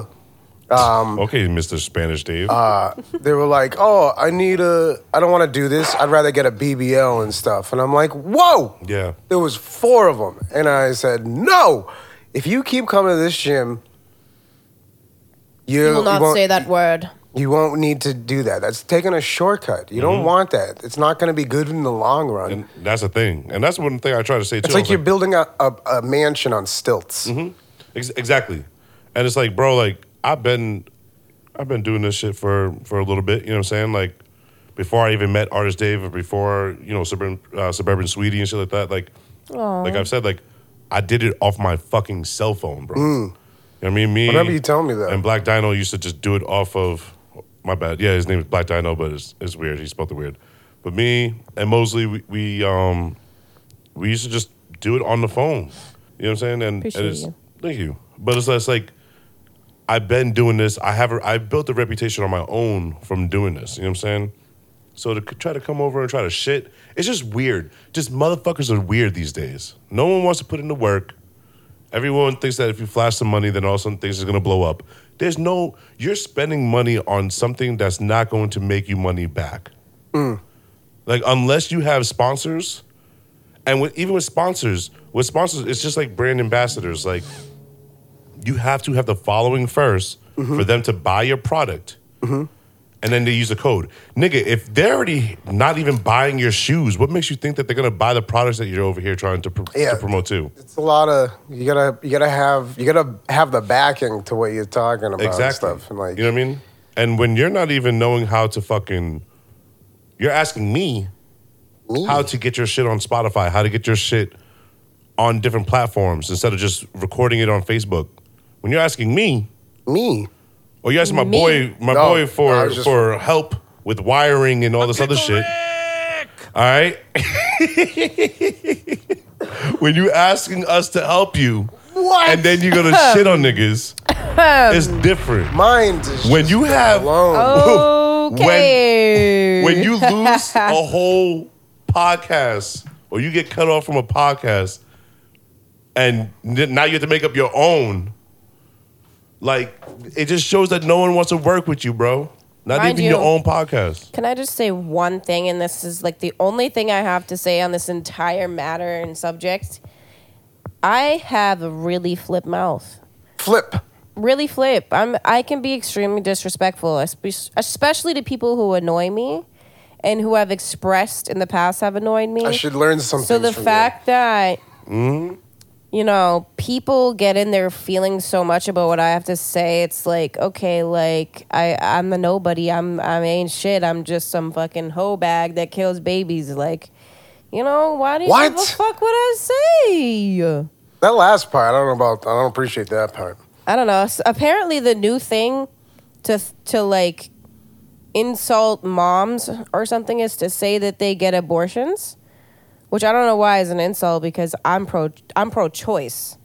Speaker 1: Okay, Mr. Spanish Dave.
Speaker 3: Uh, they were like, "Oh, I need a. I don't want to do this. I'd rather get a BBL and stuff." And I'm like, "Whoa!"
Speaker 1: yeah,
Speaker 3: There was four of them, and I said, "No, if you keep coming to this gym, you
Speaker 4: You will not
Speaker 3: won't-
Speaker 4: say that word.
Speaker 3: You won't need to do that. That's taking a shortcut. You
Speaker 1: Mm-hmm.
Speaker 3: don't want that. It's not going to be good in the long run.
Speaker 1: And that's a thing. And that's one thing I try to say too.
Speaker 3: it's
Speaker 1: I
Speaker 3: like
Speaker 1: was
Speaker 3: you're building a, a, a mansion on stilts.
Speaker 1: Mm-hmm. Ex- exactly. And it's like, bro, like I've been I've been doing this shit for for a little bit, you know what I'm saying? Like before I even met Artist Dave or before, you know, Suburban uh, Suburban Sweetie and shit like that, like
Speaker 4: Aw.
Speaker 1: like I've said like I did it off my fucking cell phone, bro. You know what I mean? Me
Speaker 3: Whatever Hmm. you tell me, though.
Speaker 1: And Black Dino used to just do it off of my bad. Yeah, his name is Black Dino, but it's it's weird. He spelled it weird. But me and Mosley we, we um we used to just do it on the phone. You know what I'm saying? And, and
Speaker 4: Appreciate
Speaker 1: it's,
Speaker 4: you.
Speaker 1: thank you. But it's less like I've been doing this. I have. a- I built a reputation on my own from doing this. You know what I'm saying? So to c- try to come over and try to shit, it's just weird. Just motherfuckers are weird these days. No one wants to put in the work. Everyone thinks that if you flash some money, then all of a sudden things are gonna blow up. There's no. You're spending money on something that's not going to make you money back. Like unless you have sponsors, and with, even with sponsors, with sponsors, it's just like brand ambassadors. Like you have to have the following 1st for them to buy your product. And then they use a code. Nigga, if they're already not even buying your shoes, what makes you think that they're gonna buy the products that you're over here trying to, pr-
Speaker 3: Yeah.
Speaker 1: to promote too?
Speaker 3: It's a lot of you gotta you gotta have you gotta have the backing to what you're talking about and
Speaker 1: Exactly.
Speaker 3: stuff and like
Speaker 1: you know what I mean? And when you're not even knowing how to fucking, you're asking me
Speaker 3: me.
Speaker 1: how to get your shit on Spotify, how to get your shit on different platforms instead of just recording it on Facebook. When you're asking me,
Speaker 3: me.
Speaker 1: Or you asked my
Speaker 4: Me?
Speaker 1: boy, my
Speaker 3: No,
Speaker 1: boy
Speaker 3: I
Speaker 1: for
Speaker 3: was just-
Speaker 1: for help with wiring and all this other shit. All right. <laughs> when you asking us to help you,
Speaker 3: What?
Speaker 1: and then you're gonna shit on niggas, it's different.
Speaker 3: Mind is
Speaker 1: When
Speaker 3: just
Speaker 1: you have-
Speaker 3: alone.
Speaker 4: Oh. Okay.
Speaker 1: When you
Speaker 4: Oh.
Speaker 1: lose a whole podcast, or you get cut off from a podcast, and n- now you have to make up your own. Like it just shows that no one wants to work with you, bro. Not
Speaker 4: Mind
Speaker 1: even
Speaker 4: you-
Speaker 1: your own podcast.
Speaker 4: <laughs> Can I just say one thing? And this is like the only thing I have to say on this entire matter and subject. I have a really flip mouth.
Speaker 3: flip.
Speaker 4: Really flip. I'm. I can be extremely disrespectful, espe- especially to people who annoy me, and who have expressed in the past have annoyed me.
Speaker 3: I should learn something.
Speaker 4: So the
Speaker 3: from
Speaker 4: fact that you know people get in their feelings so much about what I have to say, it's like okay, like I I'm a nobody. I'm I ain't shit. I'm just some fucking hoe bag that kills babies. Like you know why do you give a
Speaker 3: What?
Speaker 4: fuck what I say?
Speaker 3: you. that last part, I don't know about. I don't appreciate that part.
Speaker 4: I don't know. S- Apparently the new thing to to like insult moms or something is to say that they get abortions, which I don't know why is an insult because I'm pro I'm pro choice.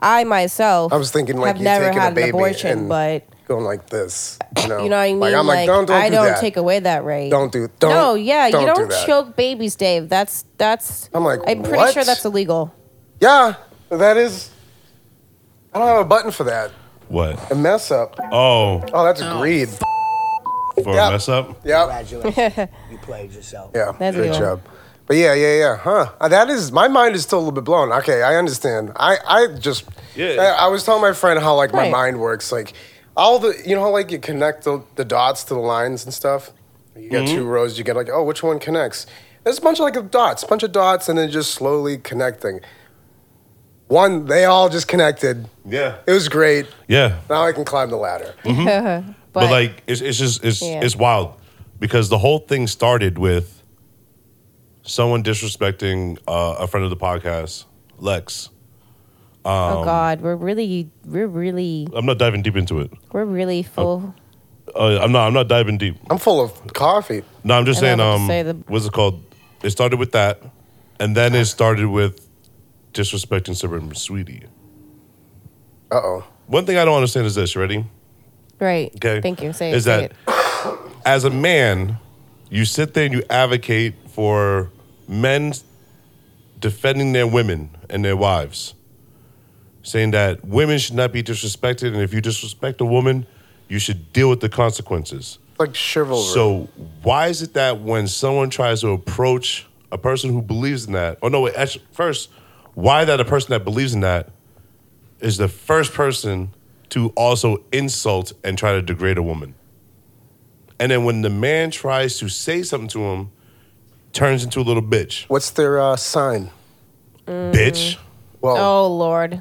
Speaker 4: I myself
Speaker 3: I was thinking, like,
Speaker 4: have
Speaker 3: you
Speaker 4: never
Speaker 3: taking a
Speaker 4: had an
Speaker 3: baby
Speaker 4: abortion,
Speaker 3: and-
Speaker 4: but
Speaker 3: Going like this, you know.
Speaker 4: you know what I mean.
Speaker 3: Like I'm like, don't don't
Speaker 4: I
Speaker 3: do
Speaker 4: don't
Speaker 3: that.
Speaker 4: take away that right.
Speaker 3: Don't do- don't-
Speaker 4: no, yeah,
Speaker 3: don't
Speaker 4: you
Speaker 3: do
Speaker 4: don't
Speaker 3: that.
Speaker 4: choke babies, Dave. That's that's.
Speaker 3: I'm like,
Speaker 4: I'm pretty
Speaker 3: what?
Speaker 4: sure that's illegal. <laughs>
Speaker 3: yeah, that is. I don't have a button for that.
Speaker 1: What?
Speaker 3: A mess up.
Speaker 1: Oh,
Speaker 3: Oh, that's greed.
Speaker 1: for a
Speaker 3: Yeah.
Speaker 1: mess up?
Speaker 3: Yep.
Speaker 2: Congratulations. you played yourself.
Speaker 3: Yeah,
Speaker 4: That's
Speaker 3: good
Speaker 4: good.
Speaker 3: job. But yeah, yeah, yeah. Huh. Uh, That is my mind is still a little bit blown. Okay, I understand. I, I just
Speaker 1: Yeah.
Speaker 3: I, I was telling my friend how like my
Speaker 4: Right.
Speaker 3: mind works. Like all the you know how like you connect the, the dots to the lines and stuff? You got
Speaker 1: Mm-hmm.
Speaker 3: two rows, you get like, oh, which one connects? There's a bunch of like dots, bunch of dots, and then just slowly connecting. One, they all just connected.
Speaker 1: Yeah.
Speaker 3: It was great.
Speaker 1: Yeah.
Speaker 3: Now I can climb the ladder.
Speaker 1: But, like, it's, it's just, it's,
Speaker 4: Yeah.
Speaker 1: it's wild because the whole thing started with someone disrespecting uh, a friend of the podcast, Lex.
Speaker 4: oh God, we're really we're really
Speaker 1: I'm not diving deep into it.
Speaker 4: we're really full.
Speaker 1: Uh, I'm not, I'm not diving deep.
Speaker 3: I'm full of coffee.
Speaker 1: No, I'm just saying,
Speaker 4: And I would
Speaker 1: um,
Speaker 4: say the-
Speaker 1: what's it called? It started with that. And then it started with disrespecting Suburban Sweetie.
Speaker 3: Uh oh.
Speaker 1: One thing I don't understand is this, you ready?
Speaker 4: Right.
Speaker 1: Okay.
Speaker 4: Thank you. Say it.
Speaker 1: is
Speaker 4: say
Speaker 1: that
Speaker 4: it.
Speaker 1: as a man, you sit there and you advocate for men defending their women and their wives, saying that women should not be disrespected, and if you disrespect a woman, you should deal with the consequences.
Speaker 3: Like chivalry.
Speaker 1: So why is it that when someone tries to approach a person who believes in that, oh no, wait, actually, first, why that a person that believes in that is the first person to also insult and try to degrade a woman? And then when the man tries to say something to him, turns into a little bitch.
Speaker 3: What's their uh, sign? Mm-hmm.
Speaker 1: Bitch.
Speaker 3: Well,
Speaker 4: Oh Lord,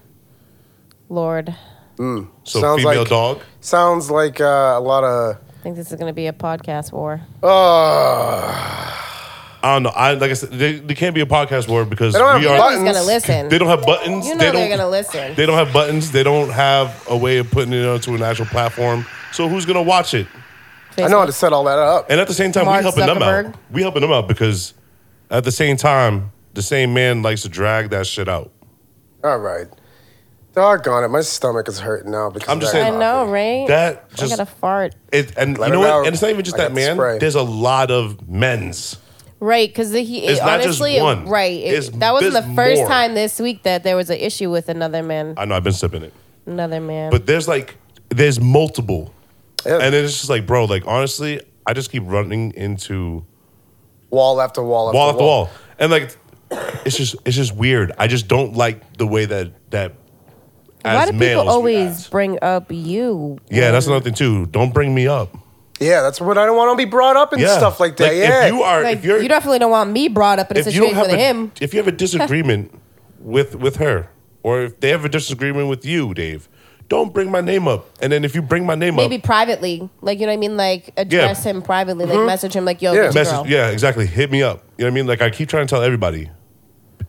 Speaker 4: Lord,
Speaker 1: So
Speaker 3: Sounds
Speaker 1: female
Speaker 3: like-
Speaker 1: dog.
Speaker 3: sounds like uh, a lot of.
Speaker 4: I think this is gonna be a podcast war.
Speaker 3: uh,
Speaker 1: I don't know. I like I said, they, they can't be a podcast word because
Speaker 3: They don't
Speaker 1: we
Speaker 3: have
Speaker 1: are.
Speaker 3: buttons.
Speaker 4: Who's gonna listen?
Speaker 1: They don't have buttons.
Speaker 4: You know
Speaker 1: they
Speaker 4: they're
Speaker 1: don't,
Speaker 4: gonna listen.
Speaker 1: They don't have buttons. They don't have a way of putting it onto an actual platform. So who's gonna watch it?
Speaker 3: I know how to set all that up.
Speaker 1: And at the same time,
Speaker 4: Mark
Speaker 1: we helping them
Speaker 4: Zuckerberg.
Speaker 1: out. We helping them out because at the same time, the same man likes to drag that shit out.
Speaker 3: All right. Doggone it. My stomach is hurting now because
Speaker 1: I'm
Speaker 3: of
Speaker 1: just
Speaker 3: that
Speaker 1: saying-
Speaker 4: I
Speaker 3: coffee.
Speaker 4: know, right?
Speaker 1: That
Speaker 4: I
Speaker 1: just
Speaker 4: gotta fart.
Speaker 1: it, and
Speaker 3: Let
Speaker 1: you know
Speaker 3: it
Speaker 1: what?
Speaker 3: out.
Speaker 1: And it's not even just
Speaker 3: I
Speaker 1: that
Speaker 3: got
Speaker 1: man.
Speaker 3: spray.
Speaker 1: There's a lot of men's.
Speaker 4: Right, because he
Speaker 1: It's
Speaker 4: it,
Speaker 1: not just
Speaker 4: honestly, it-
Speaker 1: one.
Speaker 4: right. it-
Speaker 1: It's-
Speaker 4: that wasn't
Speaker 1: there's
Speaker 4: the first
Speaker 1: more.
Speaker 4: time this week that there was an issue with another man.
Speaker 1: I know I've been sipping it,
Speaker 4: Another man.
Speaker 1: but there's like there's multiple,
Speaker 3: Yeah.
Speaker 1: and it's just like bro, like honestly, I just keep running into
Speaker 3: Wall after wall after
Speaker 1: wall
Speaker 3: wall.
Speaker 1: after wall, and like it's just it's just weird. I just don't like the way that that.
Speaker 4: Why
Speaker 1: as
Speaker 4: do
Speaker 1: males
Speaker 4: people
Speaker 1: we
Speaker 4: always
Speaker 1: act.
Speaker 4: bring up you?
Speaker 1: Yeah, that's another thing too. Don't bring me up.
Speaker 3: Yeah, that's what I don't want to be brought up in
Speaker 1: Yeah,
Speaker 3: stuff like that. yeah.
Speaker 1: If you are,
Speaker 4: Like,
Speaker 1: if you're,
Speaker 4: you definitely don't want me brought up in a
Speaker 1: if you don't
Speaker 4: situation
Speaker 1: have
Speaker 4: with
Speaker 1: a,
Speaker 4: him.
Speaker 1: if you
Speaker 4: <laughs>
Speaker 1: have a disagreement with with her, or if they have a disagreement with you, Dave, don't bring my name up. And then if you bring my name
Speaker 4: Maybe
Speaker 1: up,
Speaker 4: privately, like you know what I mean, like address him privately, like message him, like yo,
Speaker 3: Mm-hmm. Yeah.
Speaker 4: bitch girl,
Speaker 1: message, yeah, exactly, hit me up. You know what I mean? Like I keep trying to tell everybody.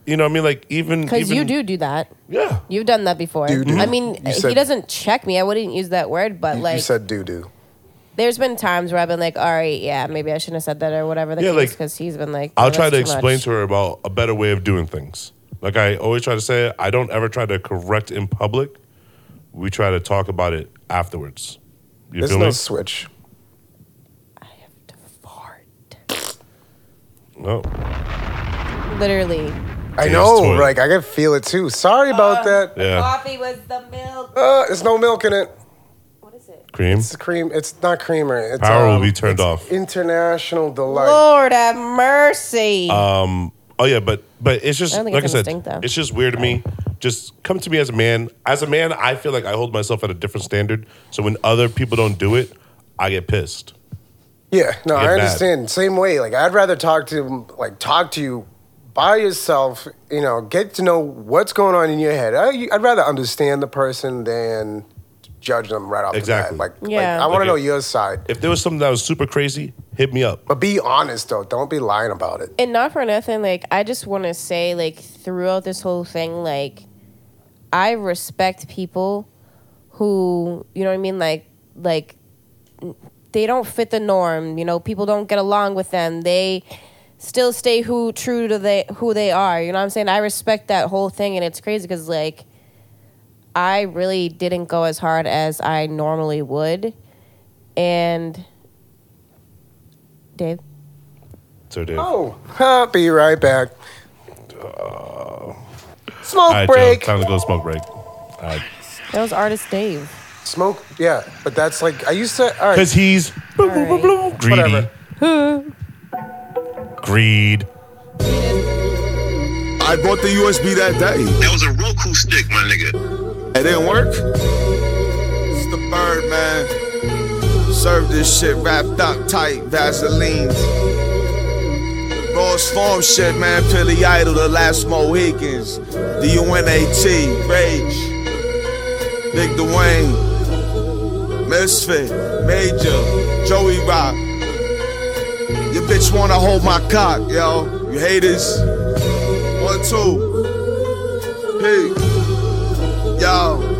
Speaker 1: You know what I mean? Like even
Speaker 4: because you
Speaker 1: even-
Speaker 4: do do that.
Speaker 1: Yeah,
Speaker 4: You've done that before.
Speaker 3: You do.
Speaker 4: I mean,
Speaker 3: You said-
Speaker 4: he doesn't check me. I wouldn't use that word, but
Speaker 3: you
Speaker 4: like,
Speaker 3: said doo doo.
Speaker 4: there's been times where I've been like, all right, yeah, maybe I shouldn't have said that or whatever. The
Speaker 1: Yeah,
Speaker 4: yeah,
Speaker 1: like,
Speaker 4: because he's been like, "Oh,
Speaker 1: I'll try to explain to her about a better way of doing things. Like I always try to say, I don't ever try to correct in public. We try to talk about it afterwards. You
Speaker 3: There's
Speaker 1: feel
Speaker 3: no
Speaker 1: me?
Speaker 3: switch.
Speaker 1: No.
Speaker 4: Literally,
Speaker 3: I
Speaker 1: Yes,
Speaker 3: know,
Speaker 1: toilet.
Speaker 3: like I can feel it too. Sorry
Speaker 1: Uh.
Speaker 3: about that.
Speaker 1: Yeah,
Speaker 4: coffee was the milk.
Speaker 3: Uh, there's no milk in it.
Speaker 4: What is it?
Speaker 1: cream.
Speaker 3: It's cream. It's not creamer. It's,
Speaker 1: Power will
Speaker 3: um,
Speaker 1: be turned off.
Speaker 3: International delight.
Speaker 4: Lord have mercy.
Speaker 1: Oh yeah, but but it's just
Speaker 4: I don't think
Speaker 1: like I
Speaker 4: it's
Speaker 1: said,
Speaker 4: instinct, though.
Speaker 1: it's just weird to me. Just come to me as a man. As a man, I feel like I hold myself at a different standard. So when other people don't do it, I get pissed.
Speaker 3: Yeah, no,
Speaker 1: Get
Speaker 3: I
Speaker 1: mad.
Speaker 3: understand. Same way. Like I'd rather talk to like talk to you by yourself. You know, get to know what's going on in your head. I, I'd rather understand the person than judge them right off
Speaker 1: Exactly.
Speaker 3: the bat. Like,
Speaker 4: Yeah.
Speaker 3: like I want
Speaker 1: Okay.
Speaker 3: to know your side,
Speaker 1: If there was something that was super crazy, hit me up.
Speaker 3: but be honest though. Don't be lying about it.
Speaker 4: and not for nothing, like I just want to say, like throughout this whole thing, like I respect people who, you know what I mean, like like they don't fit the norm. You know, people don't get along with them. They still stay who true to they who they are. You know what I'm saying? I respect that whole thing, and it's crazy because like I really didn't go as hard as I normally would, and Dave.
Speaker 1: So Dave,
Speaker 3: Oh, huh, be right back. Uh,
Speaker 1: all
Speaker 3: Smoke
Speaker 1: right,
Speaker 3: break.
Speaker 1: Joe, time to go smoke break.
Speaker 4: That was artist Dave.
Speaker 3: Smoke. Yeah, but that's like I used to. All right,
Speaker 1: Because he's boom, boom, boom, boom, greedy.
Speaker 3: Whatever.
Speaker 1: Greed.
Speaker 6: I bought the USB that day.
Speaker 7: That was a Roku stick, my nigga.
Speaker 6: It didn't work. It's the bird, man. Serve this shit wrapped up tight, Vaseline. Raw's form shit, man. Pilly Idol, the last Mohicans. D-U-N-A-T, Rage. Big Dwayne. Misfit, Major, Joey Rock. Your bitch wanna hold my cock, yo. You haters. One, two. Peace. Yo.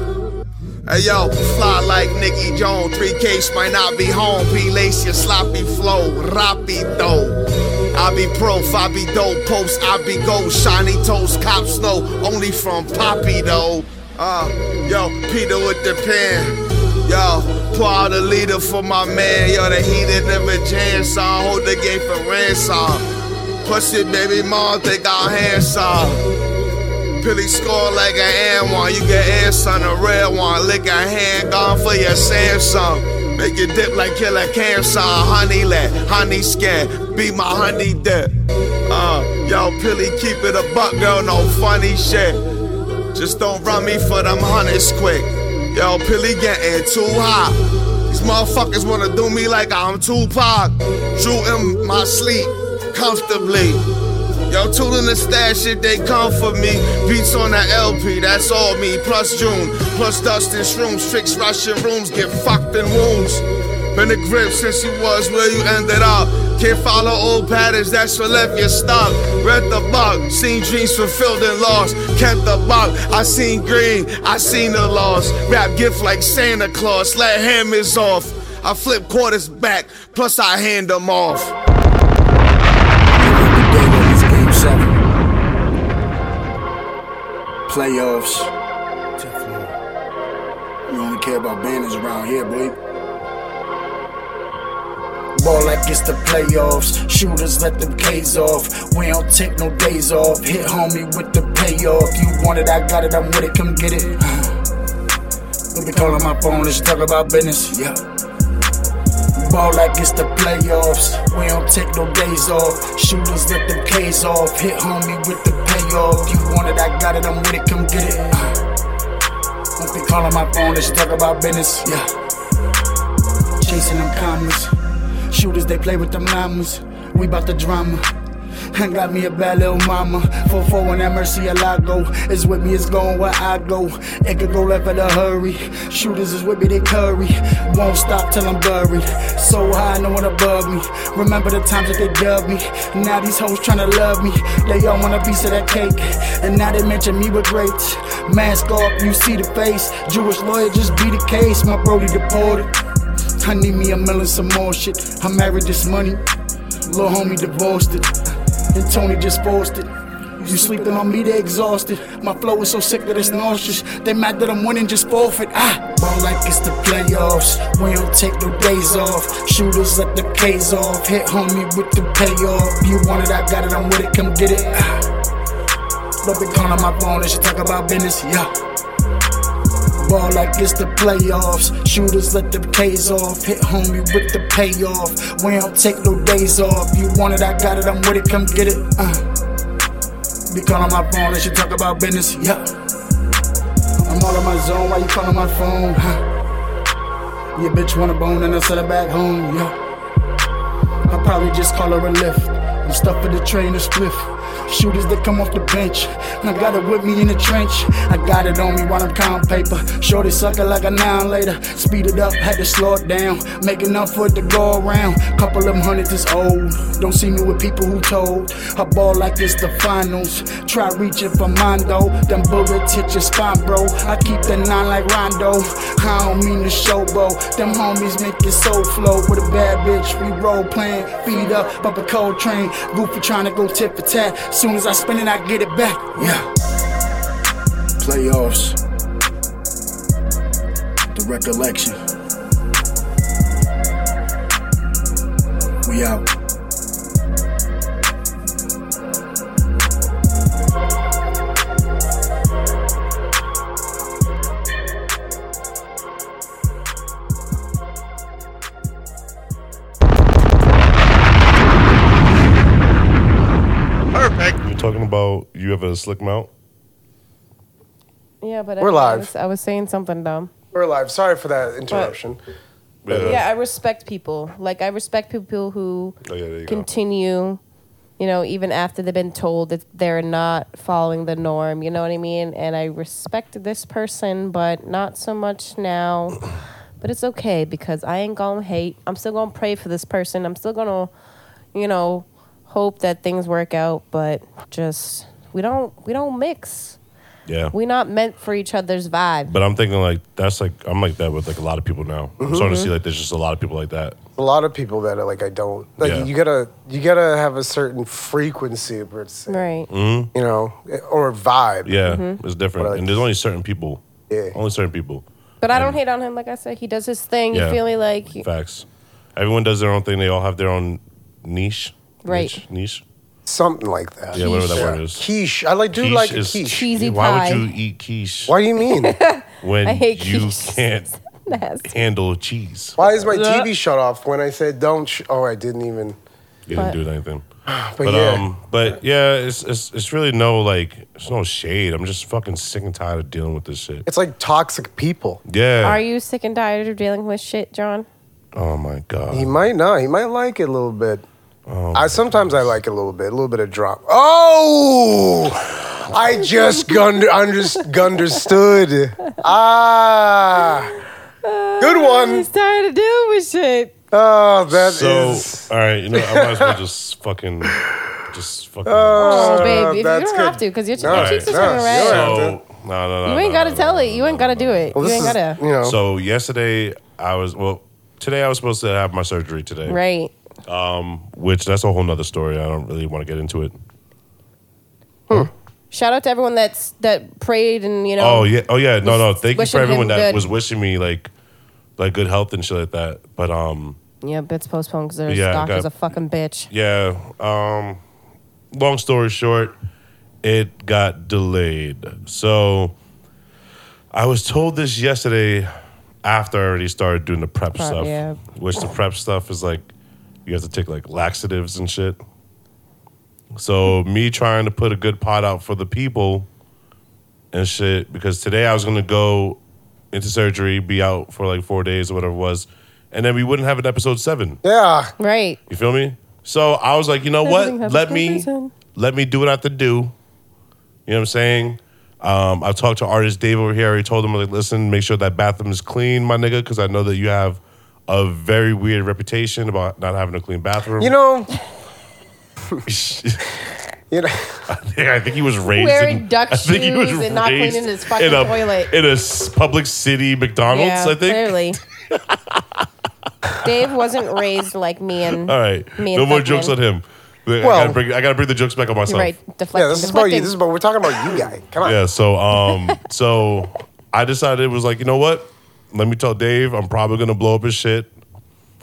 Speaker 6: Hey yo, fly like Nicky Jones. 3Ks might not be home. P lace your sloppy flow. Rapido. I be prof, I be dope. Post, I be gold. Shiny toes, cop snow. Only from Poppy though. Uh, yo, Peter with the pen. Yo, pour out a leader for my man. Yo, the heat in the Virginia song. Hold the game for ransom. Pussy baby mom think I'm handsome. Pilly score like an and one. You get ass on a red one. Lick a hand gone for your Samsung. Make it dip like killer cancer. Honey let, honey scan. Be my honey dip. Uh, yo, Pilly, keep it a buck, girl. No funny shit. Just don't run me for them hundreds quick. Yo, Pilly getting too hot. These motherfuckers wanna do me like I'm Tupac. Drew in my sleep comfortably. Yo, tool in the stash shit, they come for me. Beats on the LP, that's all me. Plus June, plus dust and shrooms. Tricks, Russian rooms, get fucked in wounds. Been a grip since you was where you ended up. Can't follow old patterns, that's what left you stuck. Read the book, seen dreams fulfilled and lost. Kept the buck, I seen green, I seen the loss. Rap gift like Santa Claus, let hammers off. I flip quarters back, plus I hand them off.
Speaker 8: Game seven. Playoffs. You only care about banners around here, boy. Ball like it's the playoffs. Shooters let them K's off. We don't take no days off. Hit homie with the payoff. You want it, I got it, I'm with it, come get it. Let me call on my phone, let's talk about business. Yeah. Ball like it's the playoffs. We don't take no days off. Shooters let them K's off. Hit homie with the payoff. You want it, I got it, I'm with it, come get it. Uh, Don't be calling my phone, let's talk about business. Yeah. Chasing them commas. Shooters, they play with them llamas. We bout the drama. And got me a bad little mama. 4 4 and that Mercy Alago. It's with me, it's going where I go. It could go left at a hurry. Shooters is with me, they curry. Won't stop till I'm buried. So high, no one above me. Remember the times that they dubbed me. Now these hoes tryna love me. They all want a piece of that cake. And now they mention me with greats. Mask off, you see the face. Jewish lawyer, just be the case. My Brody deported. I need me a million some more shit. I married this money. Lil' homie divorced it. And Tony just forced it. You sleeping on me, they exhausted. My flow is so sick that it's nauseous. They mad that I'm winning, just forfeit. Ah, ball like it's the playoffs. We don't take no days off. Shooters let the K's off. Hit homie with the payoff. You want it, I got it, I'm with it, come get it. Ah. Don't be calling my phone, they should talk about business, yeah. Ball like it's the playoffs. Shooters let the K's off. Hit homie with the payoff. We don't take no days off. You want it, I got it. I'm with it. Come get it. Uh. Be calling my phone. Let you talk about business. Yeah. I'm all in my zone. Why you calling my phone? Huh? Your bitch want a bone and I send her back home. Yeah. I probably just call her a lift. I'm stuck for the train or spliff. Shooters that come off the bench. And I got it with me in the trench. I got it on me while I'm counting paper. Shorty sucker like a nine later. Speed it up, had to slow it down. Make enough for it to go around. Couple of them hundreds is old. Don't see me with people who told. I ball like it's the finals. Try reaching for Mondo. Them bullets hit your spine, bro. I keep the nine like Rondo. I don't mean to showboat. Them homies make it so flow with a bad bitch. We role playing, feed up, up a cold train. Goofy trying to go tip for tat. Soon as I spin it, I get it back. Yeah. Playoffs. The recollection. We out.
Speaker 1: Perfect. You're talking about you have a slick mount.
Speaker 4: Yeah, but
Speaker 3: We're
Speaker 4: I, I
Speaker 3: live.
Speaker 4: was, I was saying something dumb.
Speaker 3: We're live. Sorry for that interruption.
Speaker 4: Yeah, I respect people. Like I respect people who
Speaker 1: Oh, yeah, there you go.
Speaker 4: continue, you know, even after they've been told that they're not following the norm. You know what I mean? And I respect this person, but not so much now. <clears throat> But it's okay because I ain't gonna hate. I'm still gonna pray for this person. I'm still gonna, you know, hope that things work out. But just we don't we don't mix.
Speaker 1: Yeah.
Speaker 4: We're not meant for each other's vibe.
Speaker 1: But I'm thinking like that's like I'm like that with like a lot of people now. I'm starting to see like there's just a lot of people like that.
Speaker 3: A lot of people that are like, I don't like.
Speaker 1: Yeah.
Speaker 3: You gotta, you gotta have a certain frequency, per se,
Speaker 4: right.
Speaker 3: you know, or vibe.
Speaker 1: Yeah, it's different.
Speaker 3: But I-
Speaker 1: and there's only certain people.
Speaker 3: Yeah.
Speaker 1: Only certain people.
Speaker 4: But I don't hate on him. Like I said, he does his thing.
Speaker 1: Yeah.
Speaker 4: You feel me? Like
Speaker 1: Facts. Everyone does their own thing. They all have their own niche.
Speaker 4: Right.
Speaker 1: Niche. niche.
Speaker 3: something like that.
Speaker 1: Yeah, whatever that
Speaker 4: Quiche.
Speaker 1: word is.
Speaker 3: Quiche. I like do like a quiche.
Speaker 4: Cheesy
Speaker 1: Why
Speaker 4: pie.
Speaker 1: would you eat quiche
Speaker 3: Why do you mean?
Speaker 1: <laughs> when
Speaker 4: I hate
Speaker 1: you
Speaker 4: quiche.
Speaker 1: can't
Speaker 4: <laughs> nasty.
Speaker 1: handle cheese?
Speaker 3: Why is my TV shut off when I said don't? Sh- oh, I didn't even.
Speaker 1: You didn't
Speaker 4: But-
Speaker 1: do anything.
Speaker 3: But,
Speaker 1: But
Speaker 3: yeah,
Speaker 1: um, but yeah, it's it's it's really no like it's no shade. I'm just fucking sick and tired of dealing with this shit.
Speaker 3: it's like toxic people.
Speaker 1: Yeah.
Speaker 4: Are you sick and tired of dealing with shit, John?
Speaker 1: Oh my god.
Speaker 3: He might not. He might like it a little bit.
Speaker 1: Oh
Speaker 3: I sometimes I like it a little bit, a little bit of drop. Oh, I just gund- under- understood.
Speaker 1: <laughs>
Speaker 3: Ah, good one.
Speaker 4: He's tired of dealing with shit.
Speaker 3: Oh, that is.
Speaker 1: so all right, you know, I might as well just fucking just fucking.
Speaker 3: Uh,
Speaker 4: Oh, babe, if you don't
Speaker 3: that's
Speaker 4: have
Speaker 3: good.
Speaker 4: to, because your,
Speaker 3: No,
Speaker 4: your cheeks are
Speaker 3: no,
Speaker 4: turning
Speaker 3: no,
Speaker 4: red.
Speaker 3: no.
Speaker 1: so no, no, no.
Speaker 4: You ain't
Speaker 1: no,
Speaker 4: gotta
Speaker 1: no,
Speaker 4: tell
Speaker 1: no,
Speaker 4: it. You
Speaker 1: no,
Speaker 4: ain't
Speaker 1: no,
Speaker 4: gotta do it.
Speaker 3: Well,
Speaker 4: you
Speaker 3: this
Speaker 4: ain't
Speaker 3: is,
Speaker 4: gotta.
Speaker 3: you know,
Speaker 1: So yesterday I was well. Today I was supposed to have my surgery today,
Speaker 4: Right.
Speaker 1: which that's a whole nother story. I don't really want to get into it.
Speaker 4: Shout out to everyone that's that prayed and you know.
Speaker 1: Oh yeah, oh yeah, no,
Speaker 4: was
Speaker 1: no. Thank you
Speaker 4: wishing
Speaker 1: for
Speaker 4: him
Speaker 1: everyone that
Speaker 4: good.
Speaker 1: was wishing me like like good health and shit like that. But um,
Speaker 4: Yeah, it's postponed because there's
Speaker 1: Yeah, I
Speaker 4: doctor's
Speaker 1: got-
Speaker 4: a fucking bitch.
Speaker 1: yeah. Um, long story short, it got delayed. So I was told this yesterday after I already started doing the prep
Speaker 4: Prep,
Speaker 1: stuff,
Speaker 4: yeah.
Speaker 1: which the prep stuff is like you have to take like laxatives and shit. So me trying to put a good pot out for the people and shit because today I was gonna go into surgery, be out for like four days or whatever it was, and then we wouldn't have an episode seven.
Speaker 3: yeah,
Speaker 4: Right.
Speaker 1: You feel me? So I was like, you know
Speaker 4: Everything
Speaker 1: what?
Speaker 4: happens
Speaker 1: Let
Speaker 4: for a
Speaker 1: me
Speaker 4: reason.
Speaker 1: let me do what I have to do. You know what I'm saying? Um, I've talked to artist Dave over here. I already told him like, listen, make sure that bathroom is clean, my nigga, because I know that you have a very weird reputation about not having a clean bathroom.
Speaker 3: you
Speaker 1: <laughs>
Speaker 3: know,
Speaker 1: I
Speaker 3: you know.
Speaker 1: think- I think he was raised
Speaker 4: Wearing
Speaker 1: in,
Speaker 4: duck
Speaker 1: I think he
Speaker 4: shoes
Speaker 1: was
Speaker 4: and not
Speaker 1: raised
Speaker 4: cleaning his fucking
Speaker 1: in a,
Speaker 4: toilet.
Speaker 1: in a s- public city McDonald's.
Speaker 4: yeah,
Speaker 1: I think.
Speaker 4: clearly. Dave wasn't raised like me and
Speaker 1: All right,
Speaker 4: Me and
Speaker 1: no more
Speaker 4: Fuckman.
Speaker 1: jokes on him. I
Speaker 3: Well-
Speaker 1: gotta bring I gotta bring the jokes back on myself.
Speaker 4: You're right. Deflecting.
Speaker 3: Yeah, this is about you.
Speaker 4: deflecting.
Speaker 3: This is about we're talking about you, guy. Come on.
Speaker 1: Yeah, so um so I decided it was like, you know what? Let me tell Dave I'm probably gonna blow up his shit.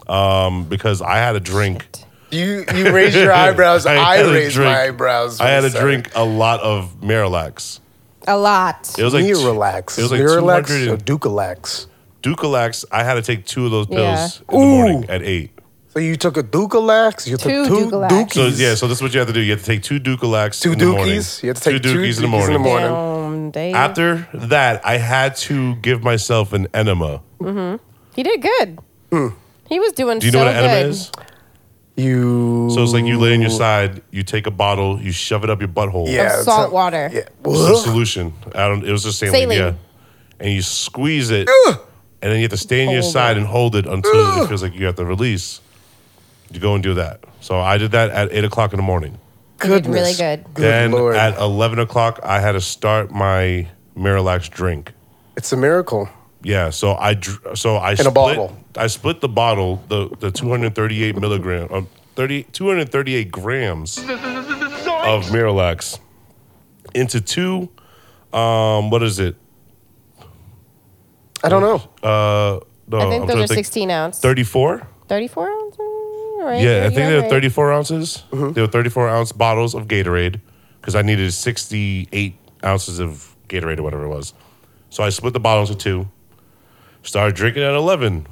Speaker 1: Um, because I had a drink.
Speaker 3: You you
Speaker 1: <laughs>
Speaker 3: raise your eyebrows. I,
Speaker 1: had a
Speaker 3: raise
Speaker 1: drink.
Speaker 3: my eyebrows.
Speaker 1: I had
Speaker 3: a
Speaker 1: to drink a lot of Marilax.
Speaker 4: a lot.
Speaker 1: It was like
Speaker 3: Neuralax. relax.
Speaker 1: It was like
Speaker 3: Neuralax
Speaker 1: 200
Speaker 3: or
Speaker 1: and-
Speaker 3: Ducalax.
Speaker 1: Ducalax. I had to take two of those pills
Speaker 4: Yeah.
Speaker 1: in the
Speaker 3: Ooh.
Speaker 1: morning at eight.
Speaker 3: So you took a Ducalax. You took
Speaker 4: Two
Speaker 3: two
Speaker 4: Ducalax.
Speaker 3: Dookies.
Speaker 1: So yeah, so this is what you have to do. You have to take two Ducalax.
Speaker 3: Two
Speaker 1: in the morning.
Speaker 3: Dookies? You have to take two
Speaker 1: Dookies in the
Speaker 3: Dookies in the
Speaker 1: morning.
Speaker 3: morning.
Speaker 4: Damn, Dave.
Speaker 1: After that, I had to give myself an enema.
Speaker 4: he did good. He was doing
Speaker 1: Hmm. Do you
Speaker 4: so
Speaker 1: know what an
Speaker 4: good.
Speaker 1: enema is?
Speaker 3: you.
Speaker 1: So it's like you lay on your side, you take a bottle, you shove it up your butthole.
Speaker 3: Yeah,
Speaker 4: Of
Speaker 3: it's
Speaker 4: salt
Speaker 3: not-
Speaker 4: water.
Speaker 3: Yeah.
Speaker 1: Some
Speaker 3: Ugh.
Speaker 1: solution. I don't. It was just saline.
Speaker 4: Saline.
Speaker 1: Yeah. And you squeeze it, and then you have to stay on your
Speaker 4: Hold
Speaker 1: side
Speaker 4: it.
Speaker 1: and hold it until it feels like you have to release. You go and do that. So I did that at eight o'clock in the morning.
Speaker 4: He did really
Speaker 3: Goodness.
Speaker 4: good.
Speaker 3: Good
Speaker 1: then
Speaker 3: lord.
Speaker 1: at eleven o'clock, I had to start my Miralax drink.
Speaker 3: It's a miracle.
Speaker 1: Yeah. So I dr- so I split,
Speaker 3: bottle.
Speaker 1: I split the bottle the the 238 milligram um, 30 238 grams of Miralax into two. Um, what is it?
Speaker 3: I don't know.
Speaker 1: Uh, no,
Speaker 4: I think
Speaker 1: I'm trying to
Speaker 4: those are 16 ounce.
Speaker 1: 34.
Speaker 4: 34 ounce? Mm, Right?
Speaker 1: Yeah, I think they
Speaker 4: they're
Speaker 1: were 34 ounces. They were 34 ounce bottles of Gatorade because I needed 68 ounces of Gatorade or whatever it was. So I split the bottles into two. Started drinking at 11.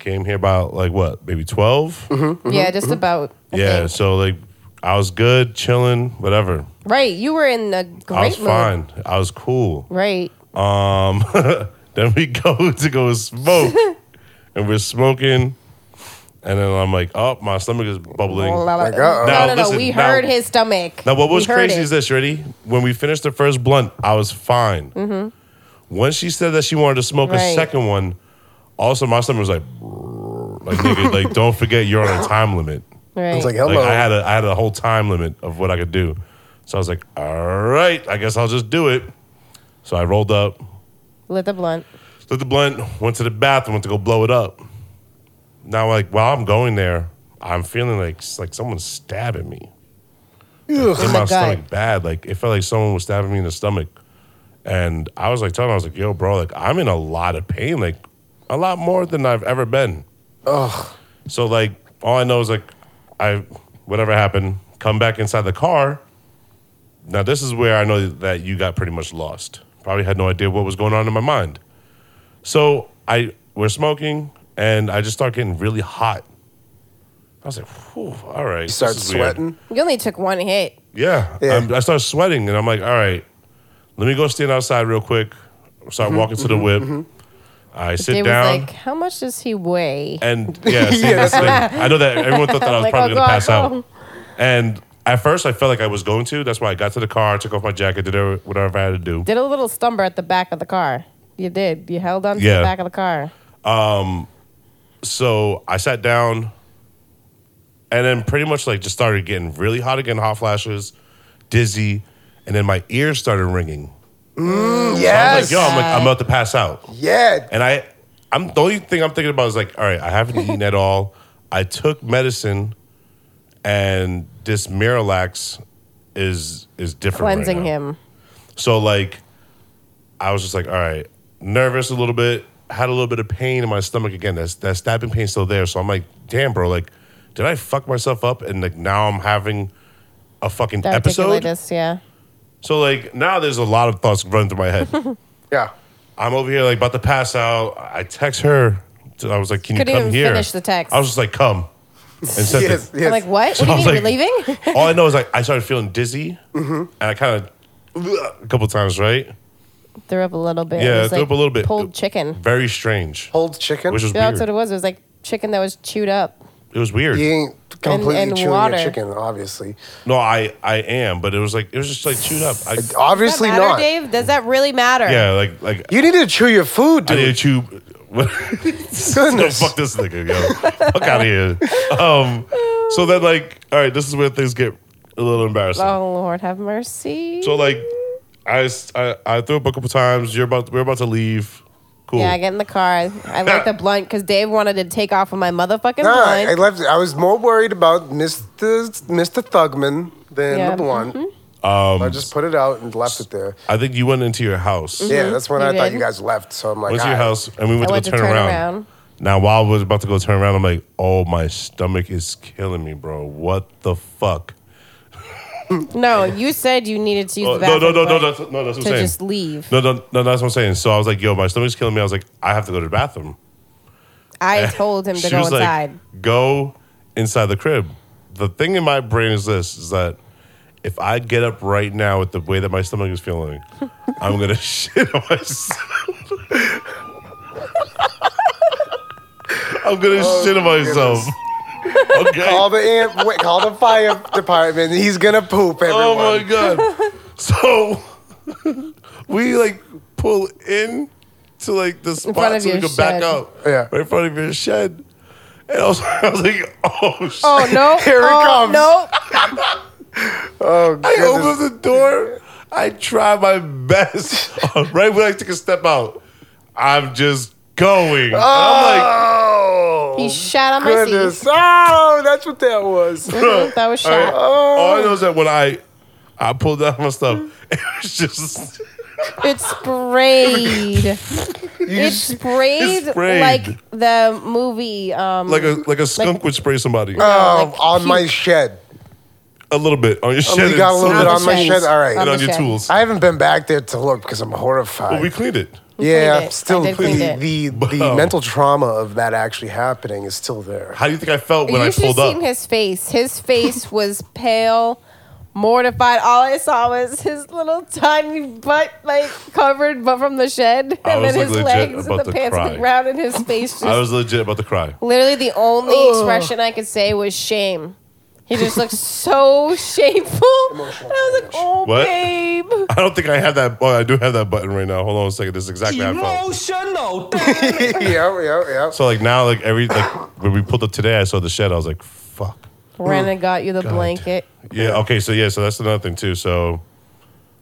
Speaker 1: Came here about like what, maybe 12? Mm-hmm.
Speaker 4: Yeah, just about. I
Speaker 1: Yeah,
Speaker 4: think.
Speaker 1: so like I was good, chilling, whatever.
Speaker 4: Right. You were in a great
Speaker 1: I was
Speaker 4: mood.
Speaker 1: fine. I was cool.
Speaker 4: Right.
Speaker 1: Um, <laughs> then we <laughs> go to go smoke, <laughs> and we're smoking, and then I'm like, oh, my stomach is bubbling.
Speaker 4: Like,
Speaker 3: uh-oh.
Speaker 4: no, no,
Speaker 1: Now,
Speaker 4: no.
Speaker 1: listen,
Speaker 4: we
Speaker 1: now-
Speaker 4: heard his stomach.
Speaker 1: Now, what was
Speaker 4: we heard
Speaker 1: crazy
Speaker 4: it.
Speaker 1: is this, you ready? When we finished the first blunt, I was fine. When she said that she wanted to smoke a
Speaker 4: Mm-hmm. Right.
Speaker 1: second one, also my stomach was like, "Brrr," like nigga,
Speaker 4: <laughs>
Speaker 1: like don't forget you're on a time limit.
Speaker 4: Right.
Speaker 3: It's like
Speaker 1: Like
Speaker 3: hello.
Speaker 1: I had a I had a whole time limit of what I could do. So I was like, all right, I guess I'll just do it. So I rolled up,
Speaker 4: Lit the blunt.
Speaker 1: lit the blunt, went to the bathroom, went to go blow it up. Now, like while I'm going there, I'm feeling like like someone's stabbing me in Oh my
Speaker 4: God.
Speaker 1: stomach bad. Like it felt like someone was stabbing me in the stomach, and I was like telling, him, I was like, "Yo, bro, like I'm in a lot of pain, like a lot more than I've ever been." Ugh. So like all I know is like I whatever happened, come back inside the car. Now this is where I know that you got pretty much lost. Probably had no idea what was going on in my mind. So I we're smoking, and I just start getting really hot. I was like, Whew, all right.
Speaker 3: You
Speaker 1: this
Speaker 3: start
Speaker 1: is weird."
Speaker 3: sweating.
Speaker 4: You only took one hit.
Speaker 1: Yeah.
Speaker 3: Yeah.
Speaker 1: I'm- i start sweating and I'm like, all right, let me go stand outside real quick. Start
Speaker 3: Mm-hmm,
Speaker 1: walking to the whip. I sit
Speaker 4: They was
Speaker 1: down.
Speaker 4: like, how much does he weigh?
Speaker 1: and yeah, see,
Speaker 3: <laughs> Yeah,
Speaker 1: that's the thing. I know that everyone thought that
Speaker 4: <laughs>
Speaker 1: I was
Speaker 4: Like,
Speaker 1: probably
Speaker 4: oh,
Speaker 1: going to pass
Speaker 4: God.
Speaker 1: out. And at first, I felt like I was going to. That's why I got to the car, took off my jacket, did every- whatever I had to do.
Speaker 4: Did a little stumber at the back of the car. You did. You held on to
Speaker 1: Yeah.
Speaker 4: the back of the car.
Speaker 1: so I sat down and then pretty much like just started getting really hot again, hot flashes, dizzy, and then my ears started ringing. I was
Speaker 3: Yes.
Speaker 1: like, yo, I'm like, I'm about to pass out.
Speaker 3: yeah.
Speaker 1: And I, I'm the only thing I'm thinking about is like, all right, I haven't eaten at all. <laughs> I took medicine, and this Miralax is is different. right
Speaker 4: Cleansing
Speaker 1: now.
Speaker 4: him.
Speaker 1: So like, I was just like, all right, nervous a little bit. Had a little bit of pain in my stomach again. That's that stabbing pain's still there. So I'm like, damn, bro, like, did I fuck myself up? And like now I'm having a fucking episode.
Speaker 4: Diverticulitis, yeah.
Speaker 1: So like now there's a lot of thoughts running through my
Speaker 4: <laughs>
Speaker 1: head.
Speaker 3: Yeah.
Speaker 1: I'm over here like about to pass out. I text her. I was like, can
Speaker 4: Couldn't
Speaker 1: you come
Speaker 4: even
Speaker 1: here?
Speaker 4: finish the text.
Speaker 1: I was just like, come. And sent it.
Speaker 3: Yes. Yes.
Speaker 4: I'm like, what?
Speaker 1: So
Speaker 4: what do you
Speaker 1: I
Speaker 4: mean?
Speaker 1: was
Speaker 4: You're
Speaker 1: like-
Speaker 4: leaving?
Speaker 1: <laughs> All I know is like I started feeling dizzy, and I kind of a couple times, right?
Speaker 4: threw up a little bit. It
Speaker 1: Yeah,
Speaker 4: was
Speaker 1: threw
Speaker 4: like
Speaker 1: up a little bit.
Speaker 4: Pulled chicken.
Speaker 1: Very strange,
Speaker 3: Hold chicken.
Speaker 1: which was
Speaker 4: Yeah, that's
Speaker 1: weird.
Speaker 4: what it was. It was like chicken that was chewed up.
Speaker 1: It was weird.
Speaker 3: you ain't completely
Speaker 4: and
Speaker 3: chewing
Speaker 4: water.
Speaker 3: your chicken, obviously.
Speaker 1: No, I I am, but it was like it was just like chewed up. I,
Speaker 4: Does that
Speaker 3: Obviously
Speaker 4: matter,
Speaker 3: not.
Speaker 4: Dave? Does that really matter?
Speaker 1: yeah, like like
Speaker 3: You need to chew your food,
Speaker 1: I
Speaker 3: dude.
Speaker 1: need to chew. <laughs> What?
Speaker 3: <laughs>
Speaker 1: no,
Speaker 3: Goodness.
Speaker 1: fuck this nigga, yo. fuck out of here. Um, so then like, all right, this is where things get a little embarrassing.
Speaker 4: Oh Lord, have mercy.
Speaker 1: So like, I, I I threw up a couple times. You're about we're about to leave. Cool.
Speaker 4: yeah, I get in the car. I like the blunt because Dave wanted to take off with my motherfucking
Speaker 3: Nah,
Speaker 4: blunt.
Speaker 3: I left. I was more worried about Mr. Mr. Thugman than
Speaker 4: Yeah, Mm-hmm.
Speaker 3: the blunt.
Speaker 1: Um,
Speaker 3: I just put it out and left it there.
Speaker 1: I think you went into your house.
Speaker 3: Yeah, that's when
Speaker 4: You
Speaker 3: I thought
Speaker 4: did.
Speaker 3: you guys left. So I'm like,
Speaker 1: Went to your
Speaker 3: "All right."
Speaker 1: house and we went
Speaker 4: Mm-hmm. I
Speaker 1: to
Speaker 4: went
Speaker 1: go turn, around. Now while I was about to go turn around, I'm like, oh my stomach is killing me, bro. What the fuck?
Speaker 4: No, you said you needed to use
Speaker 1: Oh,
Speaker 4: the
Speaker 1: no,
Speaker 4: bathroom.
Speaker 1: no, no, no,
Speaker 4: but-
Speaker 1: that's, no, that's what I'm
Speaker 4: to
Speaker 1: saying.
Speaker 4: just leave.
Speaker 1: No, no, no, that's what I'm saying. So I was like, yo, my stomach's killing me. I was like, I have to go to the bathroom.
Speaker 4: I
Speaker 1: <laughs>
Speaker 4: told him to
Speaker 1: She
Speaker 4: go
Speaker 1: was
Speaker 4: inside.
Speaker 1: like, go inside the crib. The thing in my brain is this is that if I get up right now with the way that my stomach is
Speaker 4: <laughs>
Speaker 1: feeling, I'm gonna <laughs> shit on myself. <laughs> I'm gonna shit on myself. Okay.
Speaker 3: Call the amp, wait, call the fire <laughs> department. He's gonna poop everyone.
Speaker 1: Oh my god.
Speaker 3: <laughs>
Speaker 1: So <laughs> we like pull in to like the
Speaker 4: front
Speaker 1: spot
Speaker 4: of
Speaker 1: so we
Speaker 4: your
Speaker 1: can back
Speaker 4: shed.
Speaker 1: up.
Speaker 3: Yeah.
Speaker 1: Right in front of your shed. And I was, <laughs> I was like, oh shit.
Speaker 4: <laughs> Oh no!
Speaker 3: Here he
Speaker 4: oh,
Speaker 3: comes.
Speaker 1: <laughs>
Speaker 4: No,
Speaker 3: Oh
Speaker 1: I
Speaker 3: goodness.
Speaker 1: opened the door. I try my
Speaker 3: <laughs>
Speaker 1: best. <laughs> right when I take a step out, I'm just going. And I'm like,
Speaker 3: Oh
Speaker 4: he shot on my
Speaker 3: goodness.
Speaker 4: seat.
Speaker 3: Oh, that's what that was.
Speaker 4: That was shot.
Speaker 1: all I know is that when I I pulled out my stuff, <laughs> it was just
Speaker 4: It sprayed. it sprayed,
Speaker 1: it sprayed.
Speaker 4: like the movie. Um,
Speaker 1: like a like a skunk would spray somebody.
Speaker 3: Oh,
Speaker 4: like
Speaker 3: on
Speaker 4: he-
Speaker 3: my shed.
Speaker 1: a little bit on your
Speaker 3: Oh,
Speaker 1: shed.
Speaker 3: you got a
Speaker 1: and
Speaker 3: little
Speaker 1: some-
Speaker 3: bit on my
Speaker 4: shed. Um,
Speaker 3: shed. All right.
Speaker 1: and
Speaker 4: the
Speaker 1: on your
Speaker 4: shed.
Speaker 1: tools.
Speaker 3: I haven't been back there to look because I'm horrified.
Speaker 1: But we cleaned it.
Speaker 3: yeah,
Speaker 4: cleaned it.
Speaker 3: still
Speaker 4: I did clean
Speaker 3: the
Speaker 4: it.
Speaker 3: the, the
Speaker 1: Wow.
Speaker 3: mental trauma of that actually happening is still
Speaker 4: <laughs>
Speaker 3: there.
Speaker 1: How do you think I felt when
Speaker 4: you
Speaker 1: I
Speaker 4: should
Speaker 1: pulled
Speaker 4: have
Speaker 1: up?
Speaker 4: seen his face. His face was pale, mortified. All I saw was his little tiny butt, like covered, but from the shed,
Speaker 1: I
Speaker 4: and
Speaker 1: was,
Speaker 4: then
Speaker 1: like,
Speaker 4: his
Speaker 1: legit
Speaker 4: legs and
Speaker 1: about to
Speaker 4: the pants on
Speaker 1: cry.
Speaker 4: the ground, and his face just.
Speaker 1: I was legit about to cry.
Speaker 4: literally, the only expression I could say was shame. He
Speaker 1: <laughs>
Speaker 4: just looked so shameful. And I was like, "Oh,
Speaker 1: What?
Speaker 4: babe."
Speaker 1: I don't think I have that. Oh, I do have that button right now. Hold on a second. This is exactly how I felt.
Speaker 3: yeah, yeah, yeah.
Speaker 1: So like now, like every like when we pulled up today, I saw the shed. I was like, fuck.
Speaker 4: Brandon got you the blanket.
Speaker 1: Yeah. Okay. So yeah. So that's another thing too. So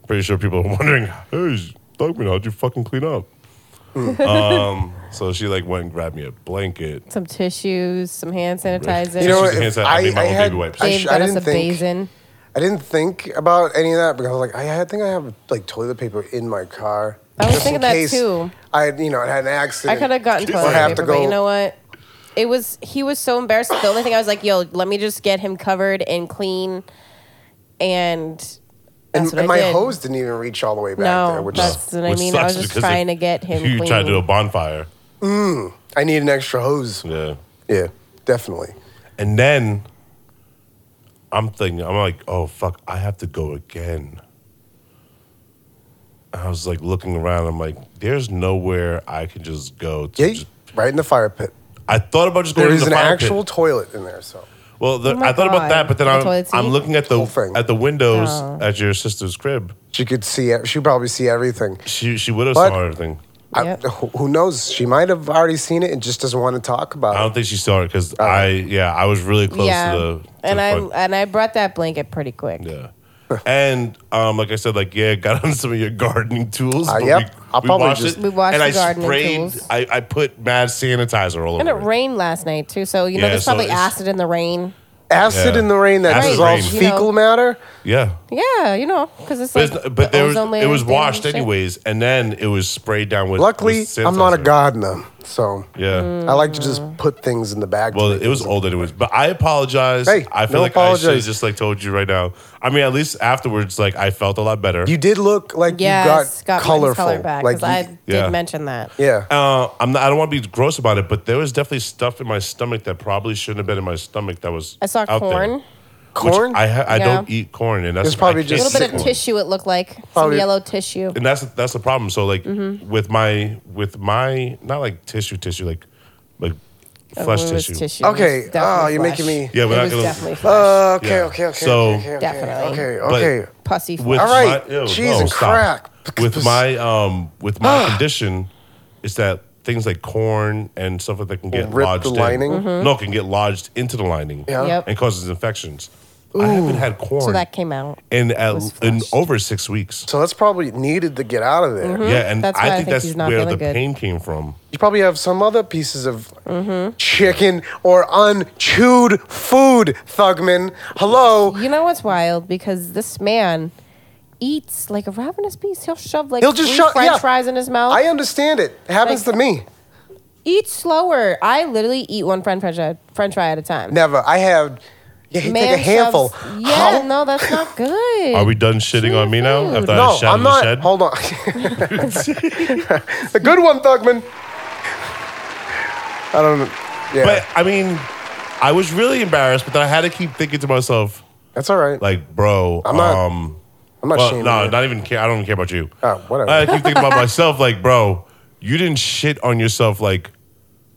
Speaker 1: pretty sure people are <laughs> wondering, hey, Dogman, how'd you fucking clean up?
Speaker 4: Hmm.
Speaker 1: um. So she like went and grabbed me a blanket.
Speaker 4: some tissues, some hand sanitizer.
Speaker 3: You know
Speaker 1: She's a
Speaker 3: what?
Speaker 1: hand
Speaker 3: if
Speaker 1: sanitizer. I made my own baby wipes.
Speaker 3: I,
Speaker 4: Dave
Speaker 3: sh- I
Speaker 4: got us
Speaker 3: didn't
Speaker 4: a
Speaker 3: think
Speaker 4: basin.
Speaker 3: I didn't think about any of that because I was like, I had- think I have like toilet paper in my car.
Speaker 4: I was
Speaker 3: Just in
Speaker 4: thinking that
Speaker 3: case
Speaker 4: too.
Speaker 3: I, you know, I had an
Speaker 4: I
Speaker 3: accident.
Speaker 4: could have gotten
Speaker 3: Or
Speaker 4: toilet
Speaker 3: have
Speaker 4: paper,
Speaker 3: to
Speaker 4: but
Speaker 3: go-
Speaker 4: you know what? It was he was so embarrassed. The only thing I was like, "Yo, let me just get him covered and clean," and that's
Speaker 3: And,
Speaker 4: what
Speaker 3: and
Speaker 4: I
Speaker 3: my
Speaker 4: did.
Speaker 3: hose didn't even reach all the way back
Speaker 4: no,
Speaker 3: there, which
Speaker 4: that's what I
Speaker 1: Which
Speaker 4: mean. I
Speaker 1: sucks
Speaker 4: was just
Speaker 1: because if
Speaker 4: trying to get him.
Speaker 1: You
Speaker 4: clean.
Speaker 1: tried to do a bonfire.
Speaker 3: I need an extra hose.
Speaker 1: Yeah.
Speaker 3: Yeah, definitely.
Speaker 1: And then I'm thinking, I'm like, oh fuck, I have to go again. I was like looking around. I'm like, there's nowhere I can just go to.
Speaker 3: Yeah,
Speaker 1: just-
Speaker 3: right in the fire pit.
Speaker 1: I thought about just going
Speaker 3: There
Speaker 1: to
Speaker 3: is
Speaker 1: the
Speaker 3: an
Speaker 1: fire pit.
Speaker 3: actual toilet in there, so
Speaker 1: Well, the,
Speaker 4: Oh my
Speaker 1: I thought about
Speaker 4: God.
Speaker 1: that, but then
Speaker 4: The
Speaker 1: I'm,
Speaker 4: toilet seat?
Speaker 1: I'm looking at the
Speaker 3: Whole thing.
Speaker 1: at the windows
Speaker 4: Oh.
Speaker 1: at your sister's crib.
Speaker 3: she could see. She would probably see everything.
Speaker 1: She she would have
Speaker 3: But-
Speaker 1: saw everything.
Speaker 3: I-
Speaker 4: Yep.
Speaker 3: who who knows? She might have already seen it and just doesn't want to talk about
Speaker 1: I don't
Speaker 3: it.
Speaker 1: think she saw it because
Speaker 3: Uh-huh.
Speaker 1: I yeah I was really close
Speaker 4: yeah.
Speaker 1: to the. To
Speaker 4: and
Speaker 1: the
Speaker 4: I
Speaker 1: front.
Speaker 4: and I brought that blanket pretty quick.
Speaker 1: yeah. <laughs> and um, like I said, like yeah, got <laughs> on some of your gardening tools.
Speaker 3: Uh,
Speaker 1: but
Speaker 3: yep.
Speaker 1: we,
Speaker 3: I'll
Speaker 1: we
Speaker 3: probably
Speaker 1: washed
Speaker 3: just-
Speaker 1: it,
Speaker 4: We washed
Speaker 1: and
Speaker 4: the
Speaker 1: I
Speaker 4: gardening
Speaker 1: sprayed.
Speaker 4: tools.
Speaker 1: I, I put mad sanitizer all
Speaker 4: And it
Speaker 1: over. it.
Speaker 4: rained last night too, so you know
Speaker 1: Yeah,
Speaker 4: there's
Speaker 1: so
Speaker 4: probably
Speaker 1: it's-
Speaker 4: acid in the rain.
Speaker 3: Acid
Speaker 1: Yeah.
Speaker 3: in the rain that
Speaker 1: Acid
Speaker 3: is all
Speaker 1: rain.
Speaker 4: You know.
Speaker 3: fecal matter.
Speaker 1: Yeah,
Speaker 4: Yeah, you know, because it's
Speaker 1: but,
Speaker 4: like
Speaker 1: it's- but
Speaker 4: the
Speaker 1: there was
Speaker 4: ozone
Speaker 1: it
Speaker 4: layer
Speaker 1: was
Speaker 4: is damaged
Speaker 1: washed
Speaker 4: and shit.
Speaker 1: anyways, and then it was sprayed down with.
Speaker 3: Luckily,
Speaker 1: with
Speaker 3: I'm not a
Speaker 1: sanitizer.
Speaker 3: gardener, so
Speaker 1: Yeah.
Speaker 4: Mm.
Speaker 3: I like to just put things in the bag. to
Speaker 1: Well,
Speaker 3: make
Speaker 1: it was
Speaker 3: things-
Speaker 1: old anyways. But I apologize.
Speaker 3: Hey,
Speaker 1: I feel
Speaker 3: no
Speaker 1: like I should have
Speaker 3: apologies.
Speaker 1: just like told you right now. I mean, at least afterwards, like I felt a lot better.
Speaker 3: You did look like
Speaker 4: Yes,
Speaker 3: you
Speaker 4: got,
Speaker 3: got,
Speaker 4: got
Speaker 3: colorful.
Speaker 4: color back
Speaker 3: like
Speaker 4: because
Speaker 3: you,
Speaker 4: I
Speaker 1: Yeah.
Speaker 4: did mention that.
Speaker 3: yeah.
Speaker 1: uh, I'm not, I don't want to be gross about it, but there was definitely stuff in my stomach that probably shouldn't have been in my stomach. That was
Speaker 4: I saw
Speaker 1: out
Speaker 4: corn,
Speaker 1: There. Which
Speaker 3: Corn.
Speaker 1: I ha- I
Speaker 4: Yeah.
Speaker 1: don't eat corn, and that's
Speaker 3: It's
Speaker 1: I
Speaker 3: probably
Speaker 1: can't
Speaker 4: a
Speaker 3: just
Speaker 1: eat
Speaker 4: little bit of
Speaker 1: corn.
Speaker 4: tissue. It looked like some
Speaker 1: Oh,
Speaker 3: Probably-
Speaker 4: yellow tissue.
Speaker 1: and that's that's the problem. So like
Speaker 4: Mm-hmm.
Speaker 1: with my with my not like tissue tissue like like flesh
Speaker 4: It was
Speaker 1: tissue.
Speaker 3: Okay,
Speaker 4: It was definitely
Speaker 3: oh, you're
Speaker 4: flesh.
Speaker 3: making me-
Speaker 1: Yeah, we're
Speaker 4: it
Speaker 1: not
Speaker 4: was
Speaker 1: gonna-
Speaker 4: definitely flesh.
Speaker 3: Uh, okay,
Speaker 1: Yeah.
Speaker 3: okay, okay,
Speaker 1: So-
Speaker 3: okay, okay,
Speaker 4: Definitely.
Speaker 3: okay,
Speaker 1: But-
Speaker 3: okay.
Speaker 4: pussy
Speaker 1: with
Speaker 4: flesh.
Speaker 3: All right,
Speaker 1: my- ew,
Speaker 3: cheese
Speaker 1: no,
Speaker 3: and
Speaker 1: stop.
Speaker 3: crack. <laughs> Ah.
Speaker 1: With my um, with my condition, is that things like corn and stuff like that can get
Speaker 3: Will rip
Speaker 1: lodged
Speaker 3: the
Speaker 1: in.
Speaker 3: lining?
Speaker 1: No, can get lodged into the lining.
Speaker 3: Yeah.
Speaker 4: Mm-hmm. Yep.
Speaker 1: and causes infections. I haven't had corn
Speaker 4: So that came out.
Speaker 1: in at,
Speaker 4: was
Speaker 1: in
Speaker 4: flushed.
Speaker 1: over six weeks.
Speaker 3: So that's probably needed to get out of there.
Speaker 4: Mm-hmm.
Speaker 1: Yeah, and
Speaker 4: Hmm? That's
Speaker 1: I
Speaker 4: why I
Speaker 1: think,
Speaker 4: think
Speaker 1: that's
Speaker 4: he's not
Speaker 1: where
Speaker 4: feeling
Speaker 1: the
Speaker 4: good.
Speaker 1: pain came from.
Speaker 3: You probably have some other pieces of
Speaker 4: Mm-hmm.
Speaker 3: chicken or unchewed food, Thugman. Hello.
Speaker 4: You know what's wild? Because this man eats like a ravenous beast. He'll shove like
Speaker 3: He'll just
Speaker 4: three
Speaker 3: shove-
Speaker 4: French
Speaker 3: yeah.
Speaker 4: fries in his mouth.
Speaker 3: I understand it. It happens
Speaker 4: Like-
Speaker 3: to me.
Speaker 4: eat slower. I literally eat one French French fry, French fry at a time.
Speaker 3: Never. I have. Yeah, he take a handful.
Speaker 4: shoves- yeah, no,
Speaker 3: <coughs>
Speaker 4: that's not good.
Speaker 1: Are we done shitting on me now?
Speaker 4: food.
Speaker 1: After I
Speaker 3: No,
Speaker 1: shat
Speaker 3: I'm
Speaker 1: Uh, in
Speaker 3: not.
Speaker 1: the shed?
Speaker 3: Hold
Speaker 4: <laughs>
Speaker 3: on. <laughs> the good one, Thugman. I don't. Yeah,
Speaker 1: But I mean, I was really embarrassed, but then I had to keep thinking to myself,
Speaker 3: that's all right.
Speaker 1: like, bro,
Speaker 3: I'm not-
Speaker 1: um,
Speaker 3: I'm not
Speaker 1: well,
Speaker 3: shaming
Speaker 1: no,
Speaker 3: you.
Speaker 1: not even care. I don't even care about you.
Speaker 3: Oh, whatever.
Speaker 1: I keep thinking about myself, like, bro, you didn't shit on yourself like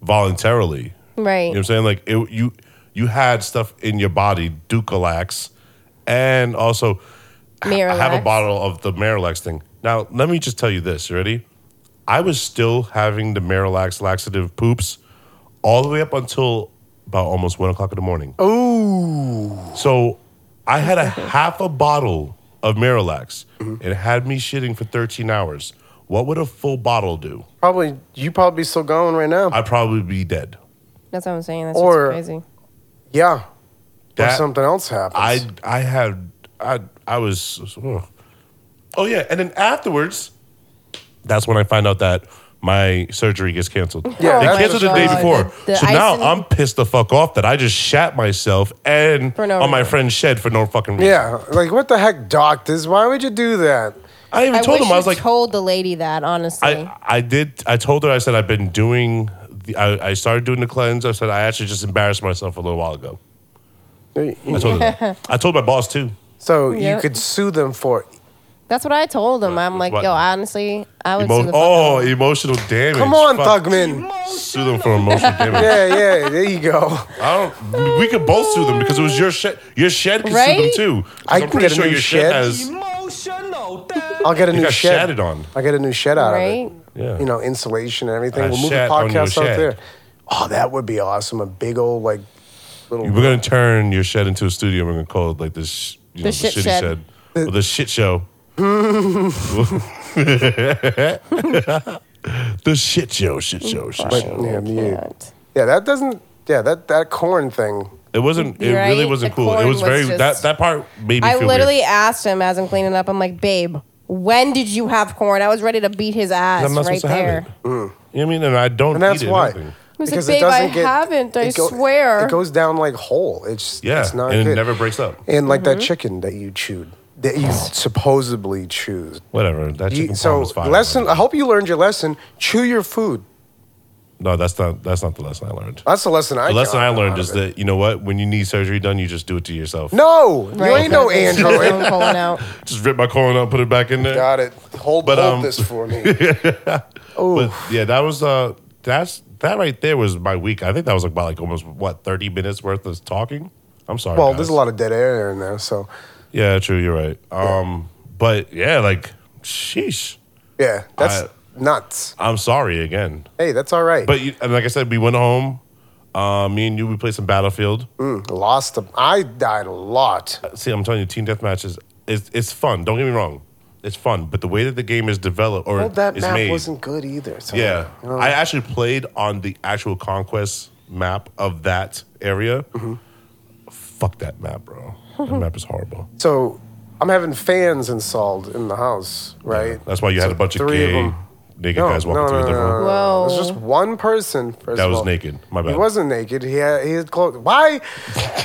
Speaker 1: voluntarily.
Speaker 4: Right.
Speaker 1: You know what I'm saying? Like, it, you you had stuff in your body, Ducalax, and also I have a
Speaker 4: Miralax.
Speaker 1: bottle of the Marilax thing. Now, let me just tell you this. You ready? I was still having the Marilax laxative poops all the way up until about almost one o'clock in the morning. Oh. So I had a half a bottle of Marilax. It had me shitting for 13 hours. What would a full bottle do?
Speaker 3: Probably you probably still going right now.
Speaker 1: I'd probably be dead.
Speaker 4: That's what I'm saying. That's
Speaker 3: Or-
Speaker 4: just crazy.
Speaker 3: yeah, or
Speaker 1: That-
Speaker 3: something else happens.
Speaker 1: I I had I I was oh. Oh, yeah, and then afterwards, that's when I find out that my surgery gets canceled.
Speaker 3: Yeah,
Speaker 1: they
Speaker 3: that's-
Speaker 1: canceled it the day
Speaker 4: God.
Speaker 1: before.
Speaker 4: The- the
Speaker 1: so now
Speaker 4: icing-
Speaker 1: I'm pissed the fuck off that I just shat myself and
Speaker 4: For no
Speaker 1: on my
Speaker 4: reason.
Speaker 1: friend's shed for no fucking reason.
Speaker 3: yeah, like what the heck, doctors? Why would you do that?
Speaker 1: I even
Speaker 4: I
Speaker 1: told
Speaker 4: wish
Speaker 1: him I was
Speaker 4: you
Speaker 1: like,
Speaker 4: told the lady that honestly.
Speaker 1: I I did. I told her I said I've been doing. The, I I started doing the cleanse. I said I actually just embarrassed myself a little while ago. I told her. that.
Speaker 4: <laughs>
Speaker 1: I told my boss too.
Speaker 3: So you
Speaker 4: Yep.
Speaker 3: could sue them for it.
Speaker 4: That's what I told him. I'm like,
Speaker 1: What?
Speaker 4: yo, honestly, I would.
Speaker 1: Emo-
Speaker 4: sue the fuck
Speaker 1: oh,
Speaker 4: out of him.
Speaker 1: emotional damage.
Speaker 3: Come on,
Speaker 1: Fuck.
Speaker 3: Thugman.
Speaker 1: Sue them for
Speaker 3: <laughs>
Speaker 1: emotional damage.
Speaker 3: Yeah, yeah, there you
Speaker 1: <laughs>
Speaker 3: go.
Speaker 1: I don't. We could both sue them because it was your shed. Your shed could
Speaker 4: Right?
Speaker 1: sue them too. 'Cause
Speaker 3: I
Speaker 1: I'm
Speaker 3: can
Speaker 1: pretty
Speaker 3: get a
Speaker 1: sure
Speaker 3: new
Speaker 1: your shed
Speaker 3: shed.
Speaker 1: has.
Speaker 3: I'll get a
Speaker 1: It
Speaker 3: new
Speaker 1: got
Speaker 3: shed.
Speaker 1: shattered on.
Speaker 3: I'll get a new shed out
Speaker 4: right?
Speaker 3: of it.
Speaker 1: Yeah.
Speaker 3: You know, insulation and everything.
Speaker 1: A
Speaker 3: we'll move the
Speaker 1: shed on your
Speaker 3: podcast out
Speaker 1: shed.
Speaker 3: there. Oh, that would be awesome. A big old like little.
Speaker 1: We're gonna turn your shed into a studio. We're gonna call it like this. sh- You know, the,
Speaker 4: shit
Speaker 1: shitty
Speaker 4: shed.
Speaker 1: shed. Or the shit
Speaker 3: <laughs>
Speaker 1: show. the shit show. Shit show. Shit
Speaker 3: But,
Speaker 1: show.
Speaker 3: yeah, yeah,
Speaker 4: Can't.
Speaker 3: yeah, that doesn't. Yeah, that that corn thing.
Speaker 1: It wasn't. It
Speaker 4: Right?
Speaker 1: really wasn't
Speaker 4: The
Speaker 1: cool. It
Speaker 4: corn
Speaker 1: was
Speaker 4: was
Speaker 1: very. that
Speaker 4: just-
Speaker 1: that part made me
Speaker 4: I
Speaker 1: feel
Speaker 4: literally
Speaker 1: weird.
Speaker 4: asked him as I'm cleaning up. I'm like, babe, when did you have corn? I was ready to beat his ass
Speaker 1: I'm not
Speaker 4: right
Speaker 1: supposed to
Speaker 4: there.
Speaker 1: have it. You know what I mean? And I don't.
Speaker 3: Mm. And that's
Speaker 1: eat it,
Speaker 3: why.
Speaker 1: nothing.
Speaker 4: was like, "Babe, I haven't, I
Speaker 3: it
Speaker 4: swear."
Speaker 3: It goes down like whole. It's
Speaker 1: Yeah,
Speaker 3: it's not
Speaker 1: and
Speaker 3: good.
Speaker 1: it never breaks up.
Speaker 3: And like
Speaker 4: Mm-hmm.
Speaker 3: that chicken that you chewed, that you supposedly chewed.
Speaker 1: Whatever. That
Speaker 3: You-
Speaker 1: chicken
Speaker 3: so
Speaker 1: parm was fire.
Speaker 3: lesson. I hope you learned your lesson. Chew your food.
Speaker 1: No, that's not that's not the lesson I learned.
Speaker 3: That's the lesson I.
Speaker 1: The lesson
Speaker 3: got
Speaker 1: I
Speaker 3: out
Speaker 1: learned
Speaker 3: of
Speaker 1: is
Speaker 3: it.
Speaker 1: that you know what? When you need surgery done, you just do it to yourself.
Speaker 3: No, you ain't no
Speaker 4: It's
Speaker 3: Andrew.
Speaker 1: <laughs>
Speaker 3: <laughs>
Speaker 4: your own colon out.
Speaker 1: Just rip my colon out, put it back in there.
Speaker 3: Got it. Hold,
Speaker 1: But,
Speaker 3: hold
Speaker 1: um,
Speaker 3: this for
Speaker 1: <laughs>
Speaker 3: me.
Speaker 1: But yeah, that was uh that's that right there was my week. I think that was like about like almost what, thirty minutes worth of talking? I'm sorry.
Speaker 3: well,
Speaker 1: guys.
Speaker 3: there's a lot of dead air in there, so
Speaker 1: Yeah, true, you're right. Um but yeah, like sheesh.
Speaker 3: yeah, that's
Speaker 1: I-
Speaker 3: nuts.
Speaker 1: I'm sorry again.
Speaker 3: Hey, that's all right.
Speaker 1: But you, and like I said, we went home. Uh, me and you, we played some Battlefield.
Speaker 3: Mm, lost them. I died a lot.
Speaker 1: See, I'm telling you, team deathmatch is it's, it's fun. Don't get me wrong, it's fun. But the way that the game is developed or
Speaker 3: Well, that
Speaker 1: is
Speaker 3: map
Speaker 1: made,
Speaker 3: wasn't good either. so,
Speaker 1: yeah.
Speaker 3: you know,
Speaker 1: I actually played on the actual conquest map of that area.
Speaker 3: Mm-hmm.
Speaker 1: Fuck that map, bro. That map is horrible.
Speaker 3: so I'm having fans installed in the house, right?
Speaker 1: That's why you had a bunch of
Speaker 3: three of
Speaker 1: gay
Speaker 3: them.
Speaker 1: naked
Speaker 3: No,
Speaker 1: guys walking
Speaker 3: no,
Speaker 1: through
Speaker 3: no,
Speaker 1: the
Speaker 3: no, no,
Speaker 1: room.
Speaker 3: no. It was
Speaker 4: Whoa.
Speaker 3: just one person. First
Speaker 1: That
Speaker 3: of
Speaker 1: was
Speaker 3: all.
Speaker 1: naked. My bad.
Speaker 3: He wasn't naked. He had he had clothes.
Speaker 4: <laughs>
Speaker 3: Why?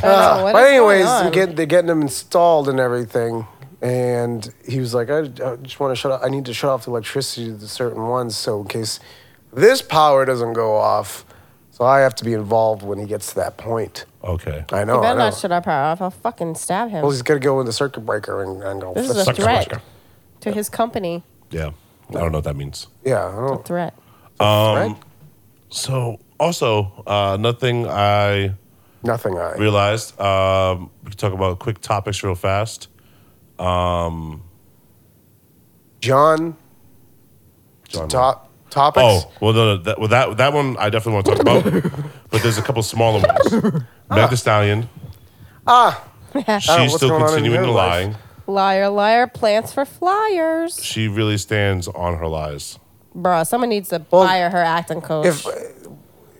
Speaker 4: know,
Speaker 3: Uh,
Speaker 4: what
Speaker 3: but
Speaker 4: is going
Speaker 3: anyways,
Speaker 4: on?
Speaker 3: get, they're getting him installed and everything, and he was like, "I, I just want to shut. Off, I need to shut off the electricity to certain ones, so in case this power doesn't go off, so I have to be involved when he gets to that point."
Speaker 1: Okay.
Speaker 3: I
Speaker 4: You
Speaker 3: know. I
Speaker 4: better
Speaker 3: know.
Speaker 4: not shut our power off. I'll fucking stab him.
Speaker 3: well, he's gonna go in the circuit breaker and, and go.
Speaker 4: This is a
Speaker 1: Sucker,
Speaker 4: threat
Speaker 1: sucker.
Speaker 4: to his company.
Speaker 1: Yeah. I don't know what that means.
Speaker 3: yeah. I don't,
Speaker 4: Threat.
Speaker 1: Um,
Speaker 3: right?
Speaker 1: So also uh, another thing I
Speaker 3: Nothing. I.
Speaker 1: realized. Um, we can talk about quick topics real fast.
Speaker 3: John.
Speaker 1: John-
Speaker 3: Top topics.
Speaker 1: Oh well, no, no, that, well that that one I definitely want to talk
Speaker 3: <laughs>
Speaker 1: about. but there's a couple smaller ones. Meg The Stallion. Ah, she's
Speaker 3: what's
Speaker 1: still
Speaker 3: going on in
Speaker 1: continuing
Speaker 3: her
Speaker 1: to
Speaker 3: life?
Speaker 1: lying.
Speaker 4: <laughs> Liar, liar, plants for flyers.
Speaker 1: She really stands on her lies.
Speaker 4: Bruh, someone needs to
Speaker 3: Well,
Speaker 4: fire her acting coach
Speaker 3: If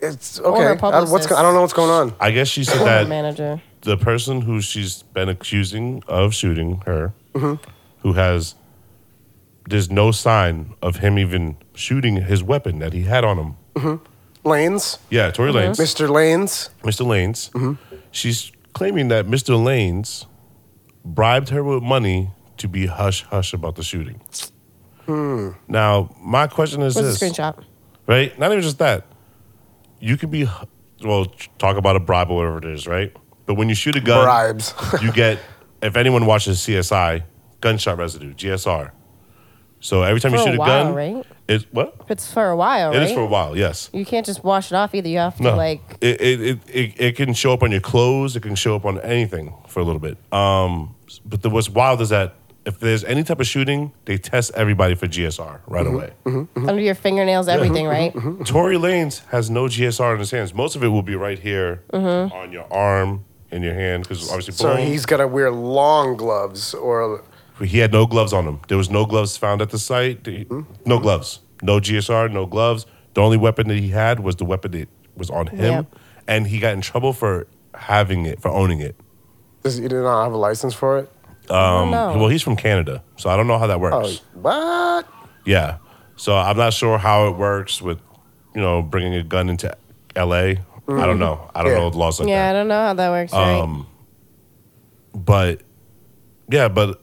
Speaker 3: it's okay.
Speaker 4: her
Speaker 3: I, what's
Speaker 4: publicist.
Speaker 3: go- I don't know what's going on.
Speaker 1: I guess she said
Speaker 4: or her
Speaker 1: that
Speaker 4: manager.
Speaker 1: the person who she's been accusing of shooting her,
Speaker 3: Mm-hmm.
Speaker 1: who has there's no sign of him even shooting his weapon that he had on him.
Speaker 3: Lanes.
Speaker 1: Yeah, Tory Lanez.
Speaker 3: Mr. Lanes.
Speaker 1: Mr. Lanes. She's claiming that Mr. Lanes bribed her with money to be hush hush about the shooting. Now, my question is this,
Speaker 4: Where's the screenshot?
Speaker 1: right? Not even just that. You could be, hu- well, t- talk about a bribe or whatever it is, right? But when you shoot a gun,
Speaker 3: Bribes. <laughs>
Speaker 1: you get, if anyone watches CSI, gunshot residue, GSR. So every time
Speaker 4: For
Speaker 1: you
Speaker 4: a
Speaker 1: shoot a,
Speaker 4: while,
Speaker 1: gun,
Speaker 4: right?
Speaker 1: it's what?
Speaker 4: If it's for a while,
Speaker 1: It
Speaker 4: right?
Speaker 1: is for a while, yes.
Speaker 4: you can't just wash it off either. You have to
Speaker 1: No,
Speaker 4: like
Speaker 1: it, it, it, it, it can show up on your clothes. It can show up on anything for a little bit. Um, but the, what's wild is that if there's any type of shooting, they test everybody for GSR right
Speaker 3: Mm-hmm.
Speaker 1: away.
Speaker 4: under your fingernails, everything, right?
Speaker 1: Tory Lanez has no GSR in his hands. Most of it will be right here
Speaker 4: Mm-hmm.
Speaker 1: on your arm, in your hand, because obviously
Speaker 3: So
Speaker 1: boom.
Speaker 3: he's gotta wear long gloves or
Speaker 1: he had no gloves on him. There was no gloves found at the site. The-
Speaker 3: Mm-hmm.
Speaker 1: No gloves. No GSR, no gloves. The only weapon that he had was the weapon that was on him.
Speaker 4: Yeah.
Speaker 1: And he got in trouble for having it, for owning it.
Speaker 3: does he did not have a license for it?
Speaker 4: Um,
Speaker 1: Well, he's from Canada, so I don't know how that works.
Speaker 3: Oh what?
Speaker 1: Yeah. So I'm not sure how it works with, you know, bringing a gun into LA. I don't know. I don't
Speaker 3: Mm-hmm. Yeah.
Speaker 1: know the laws like
Speaker 4: yeah,
Speaker 1: that.
Speaker 4: I
Speaker 1: Um,
Speaker 4: don't know how that works, right?
Speaker 1: But yeah, but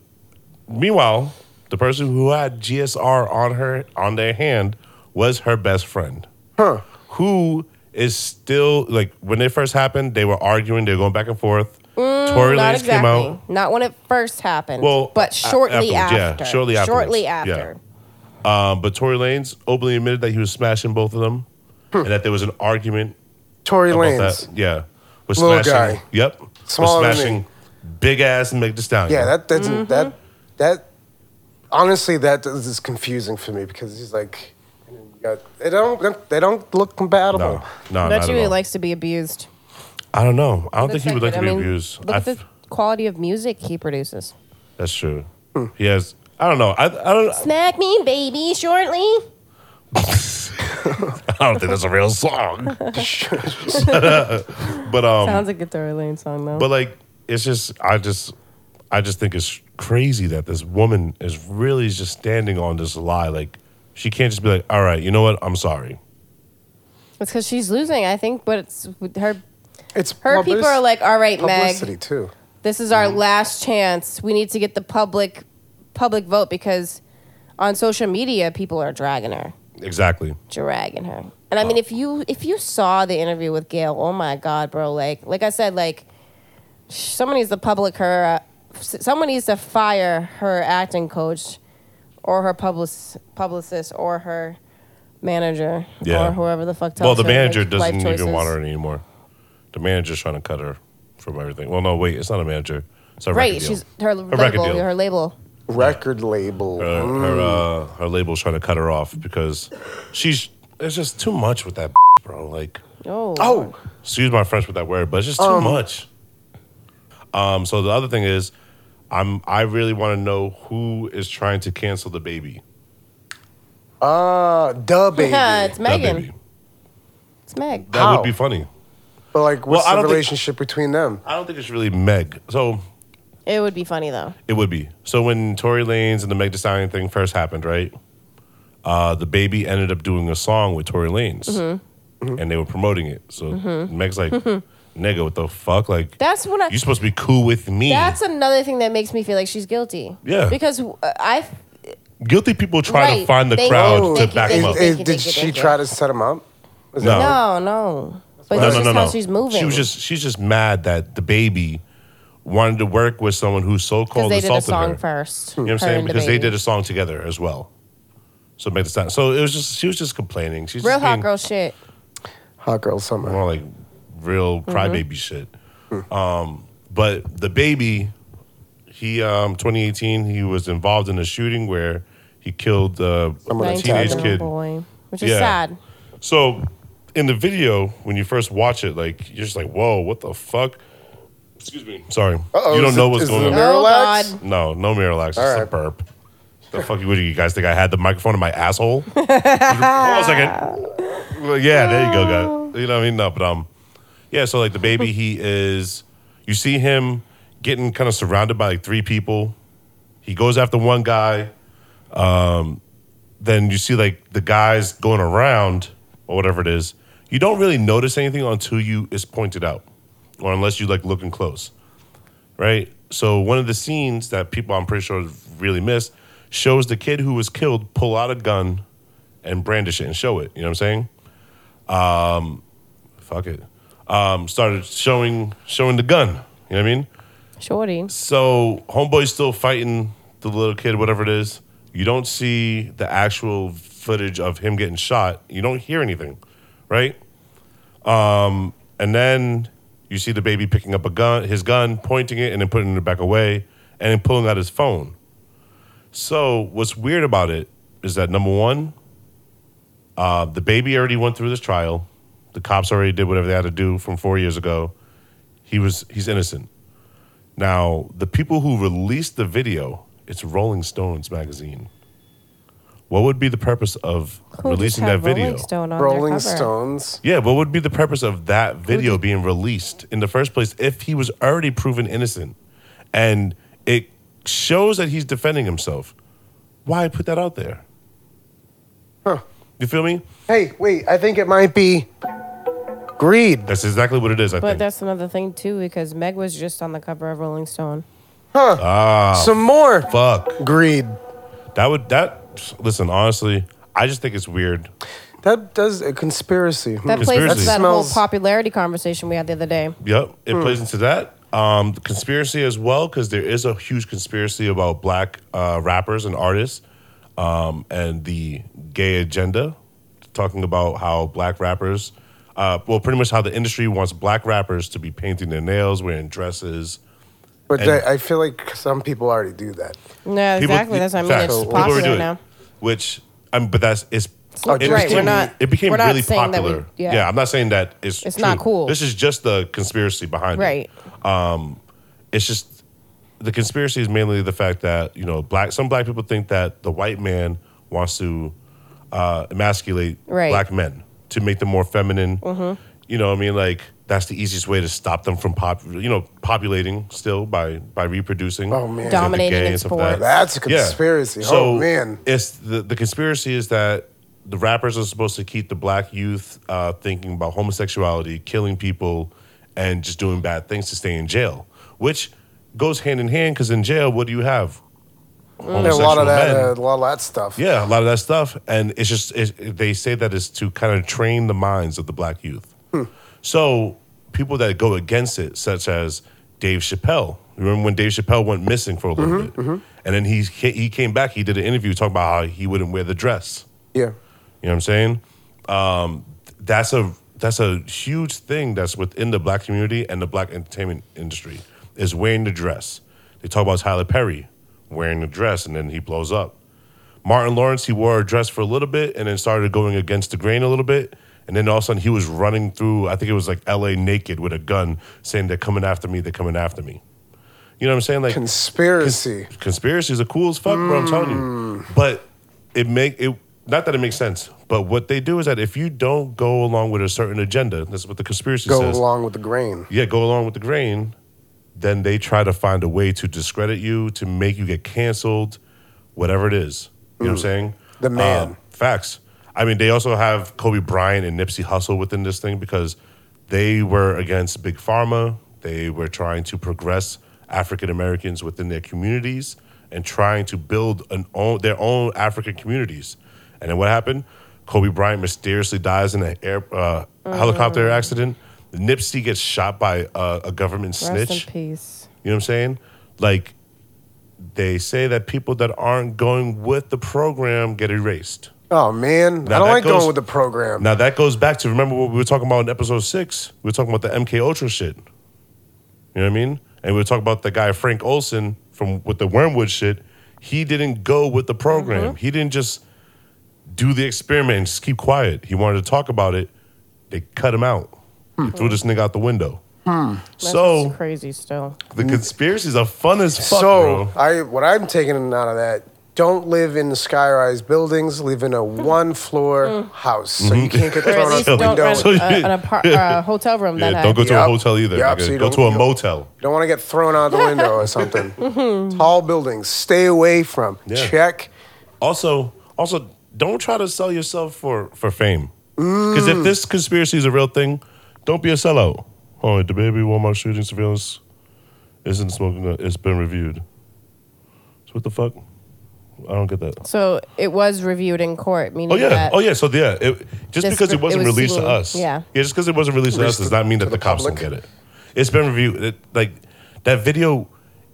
Speaker 1: meanwhile, the person who had GSR on her on their hand was her best friend.
Speaker 3: Huh.
Speaker 1: Who is still like when it first happened, they were arguing, they were going back and forth. Tory
Speaker 4: Mm, Not
Speaker 1: Lanez
Speaker 4: exactly.
Speaker 1: came out.
Speaker 4: Not when it first happened.
Speaker 1: Well,
Speaker 4: but
Speaker 1: a-
Speaker 4: shortly
Speaker 1: afterwards, yeah,
Speaker 4: after.
Speaker 1: shortly afterwards,
Speaker 4: Shortly
Speaker 1: yeah.
Speaker 4: after.
Speaker 1: Um, but Tory Lanez openly admitted that he was smashing both of them and that there was an argument
Speaker 3: Hmm. Tory
Speaker 1: about
Speaker 3: Lanes.
Speaker 1: that. Yeah. Was
Speaker 3: Little
Speaker 1: smashing.
Speaker 3: guy.
Speaker 1: Yep. Was
Speaker 3: Smaller than me.
Speaker 1: smashing big ass Meg Thee Stallion.
Speaker 3: Yeah, that doesn't
Speaker 4: Mm-hmm.
Speaker 3: that that honestly that is is confusing for me because he's like they don't they don't look compatible.
Speaker 1: No, no,
Speaker 4: I bet
Speaker 1: not
Speaker 4: you
Speaker 1: at
Speaker 4: he
Speaker 1: all.
Speaker 4: likes to be abused.
Speaker 1: I don't know. I don't think he
Speaker 4: Looks
Speaker 1: would like
Speaker 4: it.
Speaker 1: to be
Speaker 4: I mean,
Speaker 1: abused.
Speaker 4: Look
Speaker 1: I
Speaker 4: at the
Speaker 1: f-
Speaker 4: quality of music he produces.
Speaker 1: that's true.
Speaker 3: Hmm.
Speaker 1: He has. I don't know. I, I don't.
Speaker 4: Smack me, baby, shortly.
Speaker 1: I don't think that's a real
Speaker 4: <laughs>
Speaker 1: song. <laughs> but um,
Speaker 4: Sounds like a Tory Lane song, though.
Speaker 1: but like, it's just. I just. I just think it's crazy that this woman is really just standing on this lie. Like, she can't just be like, "All right, you know what? I'm sorry."
Speaker 4: it's because she's losing, I think, but it's with her.
Speaker 3: It's
Speaker 4: Her people
Speaker 3: publicity-
Speaker 4: are like, all right,
Speaker 3: publicity
Speaker 4: Meg,
Speaker 3: too.
Speaker 4: this is our
Speaker 1: Mm-hmm.
Speaker 4: last chance. We need to get the public public vote because on social media, people are dragging her,
Speaker 1: Exactly.
Speaker 4: dragging her. And I
Speaker 1: Oh.
Speaker 4: mean, if you if you saw the interview with Gail, oh my God, bro! Like like I said, like someone needs to public her. Uh, s- someone needs to fire her acting coach, or her public publicist, or her manager,
Speaker 1: Yeah.
Speaker 4: or whoever the fuck. Tells
Speaker 1: Well, the
Speaker 4: her to make
Speaker 1: manager
Speaker 4: life
Speaker 1: doesn't even
Speaker 4: choices.
Speaker 1: want her anymore. The manager's trying to cut her from everything. Well, no, wait, it's not a manager. It's a
Speaker 4: Right?
Speaker 1: record deal.
Speaker 4: She's her
Speaker 1: record
Speaker 4: label.
Speaker 1: deal.
Speaker 4: Her Mm. label.
Speaker 3: Record label.
Speaker 1: her her, uh, her label's trying to cut her off because she's it's just too much with that bro. Like
Speaker 4: Oh.
Speaker 3: oh,
Speaker 1: excuse my French with that word, but it's just too much. Um. So the other thing is, I'm I really want to know who is trying to cancel the baby.
Speaker 3: uh, duh, baby.
Speaker 4: Yeah, <laughs> it's
Speaker 1: That
Speaker 4: Megan.
Speaker 1: baby.
Speaker 4: It's Meg.
Speaker 1: That
Speaker 3: How?
Speaker 1: would be funny.
Speaker 3: But like, what's
Speaker 1: I
Speaker 3: the
Speaker 1: don't think-
Speaker 3: relationship between them?
Speaker 1: I don't think it's really Meg. So
Speaker 4: It would be funny though.
Speaker 1: It would be. So when Tory Lanez and the Meg Thee Stallion thing first happened, right? Uh, the baby ended up doing a song with Tory Lanez,
Speaker 4: Mm-hmm.
Speaker 1: and they were promoting it. So Meg's like, "Nigga, what the fuck? Like,
Speaker 4: That's when I.
Speaker 1: you supposed to be cool with me?
Speaker 4: That's another thing that makes me feel like she's guilty.
Speaker 1: Yeah.
Speaker 4: Because uh, I
Speaker 1: Guilty people try to
Speaker 4: Right.
Speaker 1: find the
Speaker 4: Thank you,
Speaker 1: crowd
Speaker 4: thank
Speaker 1: to
Speaker 4: you,
Speaker 1: back them
Speaker 4: thank you,
Speaker 1: up.
Speaker 4: thank you,
Speaker 3: did
Speaker 4: thank you,
Speaker 3: she
Speaker 4: thank you.
Speaker 3: try to set him up? Is
Speaker 1: No.
Speaker 3: that-
Speaker 4: no no. But
Speaker 1: no,
Speaker 4: that's
Speaker 1: no,
Speaker 4: just
Speaker 1: no,
Speaker 4: how
Speaker 1: no.
Speaker 4: she's moving.
Speaker 1: She was just she's just mad that the baby wanted to work with someone who so
Speaker 4: because
Speaker 1: called
Speaker 4: they did a
Speaker 1: assaulted
Speaker 4: song
Speaker 1: her.
Speaker 4: first.
Speaker 1: You know what I'm saying? Because they did a song together as well. So Meg Thee Stallion. So it was just she was just complaining. She's
Speaker 4: real
Speaker 1: just
Speaker 4: hot
Speaker 1: being-
Speaker 4: girl shit.
Speaker 3: Hot girl summer.
Speaker 1: more like real
Speaker 4: Mm-hmm.
Speaker 1: crybaby shit. Um, but the baby, he um, 2018, he was involved in a shooting where he killed uh, a
Speaker 4: Nineteen
Speaker 1: teenage
Speaker 4: little
Speaker 1: kid.
Speaker 4: boy, which is
Speaker 1: Yeah.
Speaker 4: sad.
Speaker 1: So in the video, when you first watch it, like you're just like, "Whoa, what the fuck?" Excuse me, sorry.
Speaker 3: Uh-oh,
Speaker 1: you don't
Speaker 3: is
Speaker 1: know
Speaker 3: it-
Speaker 1: what's
Speaker 3: is
Speaker 1: going on.
Speaker 3: it a Miralax?
Speaker 4: Oh, God.
Speaker 1: No, no Miralax. It's
Speaker 3: All
Speaker 1: a
Speaker 3: right.
Speaker 1: burp. The fuck you? What do you guys think? I had the microphone in my
Speaker 3: <laughs>
Speaker 1: asshole. Hold on a second. Well, yeah, there you go, guy. You know what I mean? No, but um, yeah. So like the baby, he is. You see him getting kind of surrounded by like three people. He goes after one guy. Um, then you see like the guys going around or whatever it is. You don't really notice anything until you it's pointed out, or unless you like looking close right? So one of the scenes that people I'm pretty sure really missed shows the kid who was killed pull out a gun and brandish it and show it. You know what I'm saying? Um, fuck it. Um, started showing showing the gun. You know what I mean?
Speaker 4: Shorty.
Speaker 1: So homeboy's still fighting the little kid, whatever it is. You don't see the actual footage of him getting shot. You don't hear anything, right? Um, and then you see the baby picking up a gun, his gun, pointing it, and then putting it back away, and then pulling out his phone. So what's weird about it is that number one, uh, the baby already went through this trial. The cops already did whatever they had to do from four years ago. He was he's innocent. Now, the people who released the video, it's Rolling Stones magazine. What would be the purpose of
Speaker 4: Who just
Speaker 1: releasing that
Speaker 4: had
Speaker 1: video?
Speaker 4: Rolling Stone on
Speaker 3: Rolling
Speaker 4: their cover?
Speaker 3: Stones.
Speaker 1: Yeah, what would be the purpose of that video being released in the first place if he was already proven innocent? And it shows that he's defending himself. Why put that out there?
Speaker 3: Huh.
Speaker 1: You feel me?
Speaker 3: Hey, wait. I think it might be greed.
Speaker 1: That's exactly what it is, I
Speaker 4: But
Speaker 1: think.
Speaker 4: that's another thing too, because Meg was just on the cover of Rolling Stone.
Speaker 1: Oh.
Speaker 3: Some more
Speaker 1: Fuck.
Speaker 3: greed.
Speaker 1: That would that listen, honestly, I just think it's weird.
Speaker 3: That does a conspiracy. Hmm.
Speaker 4: That plays into
Speaker 1: Conspiracy.
Speaker 4: that
Speaker 3: Smells-
Speaker 4: whole popularity conversation we had the other day.
Speaker 1: Yep, it
Speaker 4: Hmm.
Speaker 1: plays into that. Um, the conspiracy as well, because there is a huge conspiracy about black uh, rappers and artists um, and the gay agenda, talking about how black rappers, uh, well, pretty much how the industry wants black rappers to be painting their nails, wearing dresses.
Speaker 3: But
Speaker 1: And-
Speaker 3: I, I feel like some people already do that.
Speaker 4: No, exactly. that's what I mean.
Speaker 1: facts.
Speaker 4: It's
Speaker 1: People were doing
Speaker 4: popular
Speaker 1: it,
Speaker 4: now.
Speaker 1: Which, um, but that's it's.
Speaker 4: not
Speaker 1: it
Speaker 4: right,
Speaker 1: became-
Speaker 4: we're not-
Speaker 1: It became
Speaker 4: we're not
Speaker 1: really
Speaker 4: saying that we-
Speaker 1: popular. yeah.
Speaker 4: yeah.
Speaker 1: I'm not saying that it's.
Speaker 4: It's not
Speaker 1: true.
Speaker 4: cool.
Speaker 1: This is just the conspiracy behind it.
Speaker 4: Right.
Speaker 1: it's just the conspiracy is mainly the fact that you know black some black people think that the white man wants to uh, emasculate
Speaker 4: Right. Mm-hmm.
Speaker 1: black men to make them more feminine. You know, what I mean, like that's the easiest way to stop them from pop, you know, populating still by by reproducing,
Speaker 3: Oh, man.
Speaker 1: Is that the
Speaker 4: Dominating
Speaker 1: gay
Speaker 4: in
Speaker 1: and stuff like that.
Speaker 4: sports.
Speaker 3: That's a conspiracy.
Speaker 1: Yeah.
Speaker 3: Oh,
Speaker 1: So
Speaker 3: man.
Speaker 1: it's the the conspiracy is that the rappers are supposed to keep the black youth uh, thinking about homosexuality, killing people, and just doing bad things to stay in jail, which goes hand in hand because in jail, what do you have?
Speaker 3: There's Mm. a lot
Speaker 1: homosexual
Speaker 3: of that,
Speaker 1: men.
Speaker 3: uh, a lot of that stuff.
Speaker 1: Yeah, a lot of that stuff, and it's just it, they say that is to kind of train the minds of the black youth. So people that go against it, such as Dave Chappelle. Remember when Dave Chappelle went missing for a little bit, and then he ca- he came back. He did an interview talking about how he wouldn't wear the dress.
Speaker 3: yeah.
Speaker 1: You know what I'm saying? Um, that's a that's a huge thing that's within the black community and the black entertainment industry is wearing the dress. They talk about Tyler Perry wearing the dress and then he blows up. Martin Lawrence, he wore a dress for a little bit and then started going against the grain a little bit. And then all of a sudden he was running through, I think it was like LA naked with a gun saying, They're coming after me, they're coming after me. You know what I'm saying? Like
Speaker 3: Conspiracy. Mm.
Speaker 1: Cons- conspiracies are cool as fuck, bro. I'm telling you. But it make it not that it makes sense, but what they do is that if you don't go along with a certain agenda, that's what the conspiracy
Speaker 3: Go
Speaker 1: says.
Speaker 3: along with the grain.
Speaker 1: Yeah, go along with the grain. Then they try to find a way to discredit you, to make you get canceled, whatever it is. You know what I'm saying?
Speaker 3: Mm.
Speaker 1: Um,
Speaker 3: The man.
Speaker 1: facts. I mean, they also have Kobe Bryant and Nipsey Hussle within this thing because they were against Big Pharma. They were trying to progress African Americans within their communities and trying to build an own, their own African communities. And then what happened? Kobe Bryant mysteriously dies in an air, uh,
Speaker 4: Mm-hmm.
Speaker 1: helicopter accident. Nipsey gets shot by uh, a government snitch.
Speaker 4: Rest in peace.
Speaker 1: You know what I'm saying? Like they say that people that aren't going with the program get erased.
Speaker 3: Oh
Speaker 1: Now
Speaker 3: man, I don't
Speaker 1: that
Speaker 3: like
Speaker 1: goes-
Speaker 3: going with the program.
Speaker 1: Now that goes back to remember what we were talking about in episode six. We were talking about the MK Ultra shit. You know what I mean? And we were talking about the guy Frank Olson from with the Wormwood shit. He didn't go with the program.
Speaker 3: Mm-hmm.
Speaker 1: He didn't just do the experiment and just keep quiet. He wanted to talk about it. They cut him out.
Speaker 3: Hmm.
Speaker 1: They threw this nigga out the window.
Speaker 4: That's
Speaker 1: So
Speaker 4: crazy still.
Speaker 1: the conspiracies are fun as fuck,
Speaker 3: so
Speaker 1: bro.
Speaker 3: I what I'm taking out of that. Don't live in sky-rise buildings. Live in a one-floor house, so you
Speaker 1: Mm-hmm.
Speaker 3: can't get
Speaker 4: Or at
Speaker 3: thrown out
Speaker 4: least
Speaker 3: the
Speaker 4: don't
Speaker 3: window.
Speaker 4: rent
Speaker 1: So
Speaker 4: a,
Speaker 1: you-
Speaker 4: uh, an apart, or a hotel room
Speaker 1: <laughs>
Speaker 4: that
Speaker 1: Yeah,
Speaker 4: high.
Speaker 1: don't go to a
Speaker 3: Yep.
Speaker 1: hotel either.
Speaker 3: Yep,
Speaker 1: nigga.
Speaker 3: so you
Speaker 1: go
Speaker 3: don't-
Speaker 1: to a
Speaker 3: you-
Speaker 1: motel.
Speaker 3: You don't want to get thrown out the window
Speaker 1: <laughs>
Speaker 3: or something. Tall buildings, stay away from.
Speaker 1: Mm-hmm. Yeah.
Speaker 3: Check.
Speaker 1: Also, also, don't try to sell yourself for for fame. Because if this conspiracy is a real thing, don't be a sellout. Oh, the baby Walmart shooting surveillance isn't smoking. gun. It's been reviewed. So what the fuck? I don't get that.
Speaker 4: So it was reviewed in court, meaning
Speaker 1: Oh yeah,
Speaker 4: that
Speaker 1: oh yeah. So yeah, it, just
Speaker 4: This
Speaker 1: because
Speaker 4: re-
Speaker 1: it
Speaker 4: it
Speaker 1: wasn't
Speaker 4: was
Speaker 1: released to
Speaker 4: seen-
Speaker 1: us,
Speaker 4: yeah.
Speaker 1: yeah, just because it wasn't released to us
Speaker 3: Released
Speaker 1: does
Speaker 3: to-
Speaker 1: not mean
Speaker 3: to
Speaker 1: that the,
Speaker 3: the
Speaker 1: cops
Speaker 3: public.
Speaker 1: don't get it. It's been reviewed. It, like that video,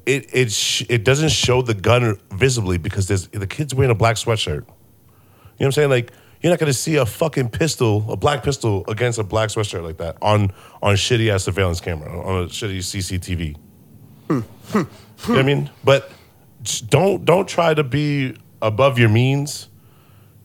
Speaker 1: it it sh- it doesn't show the gun visibly because there's the kid's wearing a black sweatshirt. You know what I'm saying? Like you're not gonna see a fucking pistol, a black pistol against a black sweatshirt like that on on shitty ass surveillance camera on a shitty CCTV. You know what I mean? But just don't don't try to be above your means.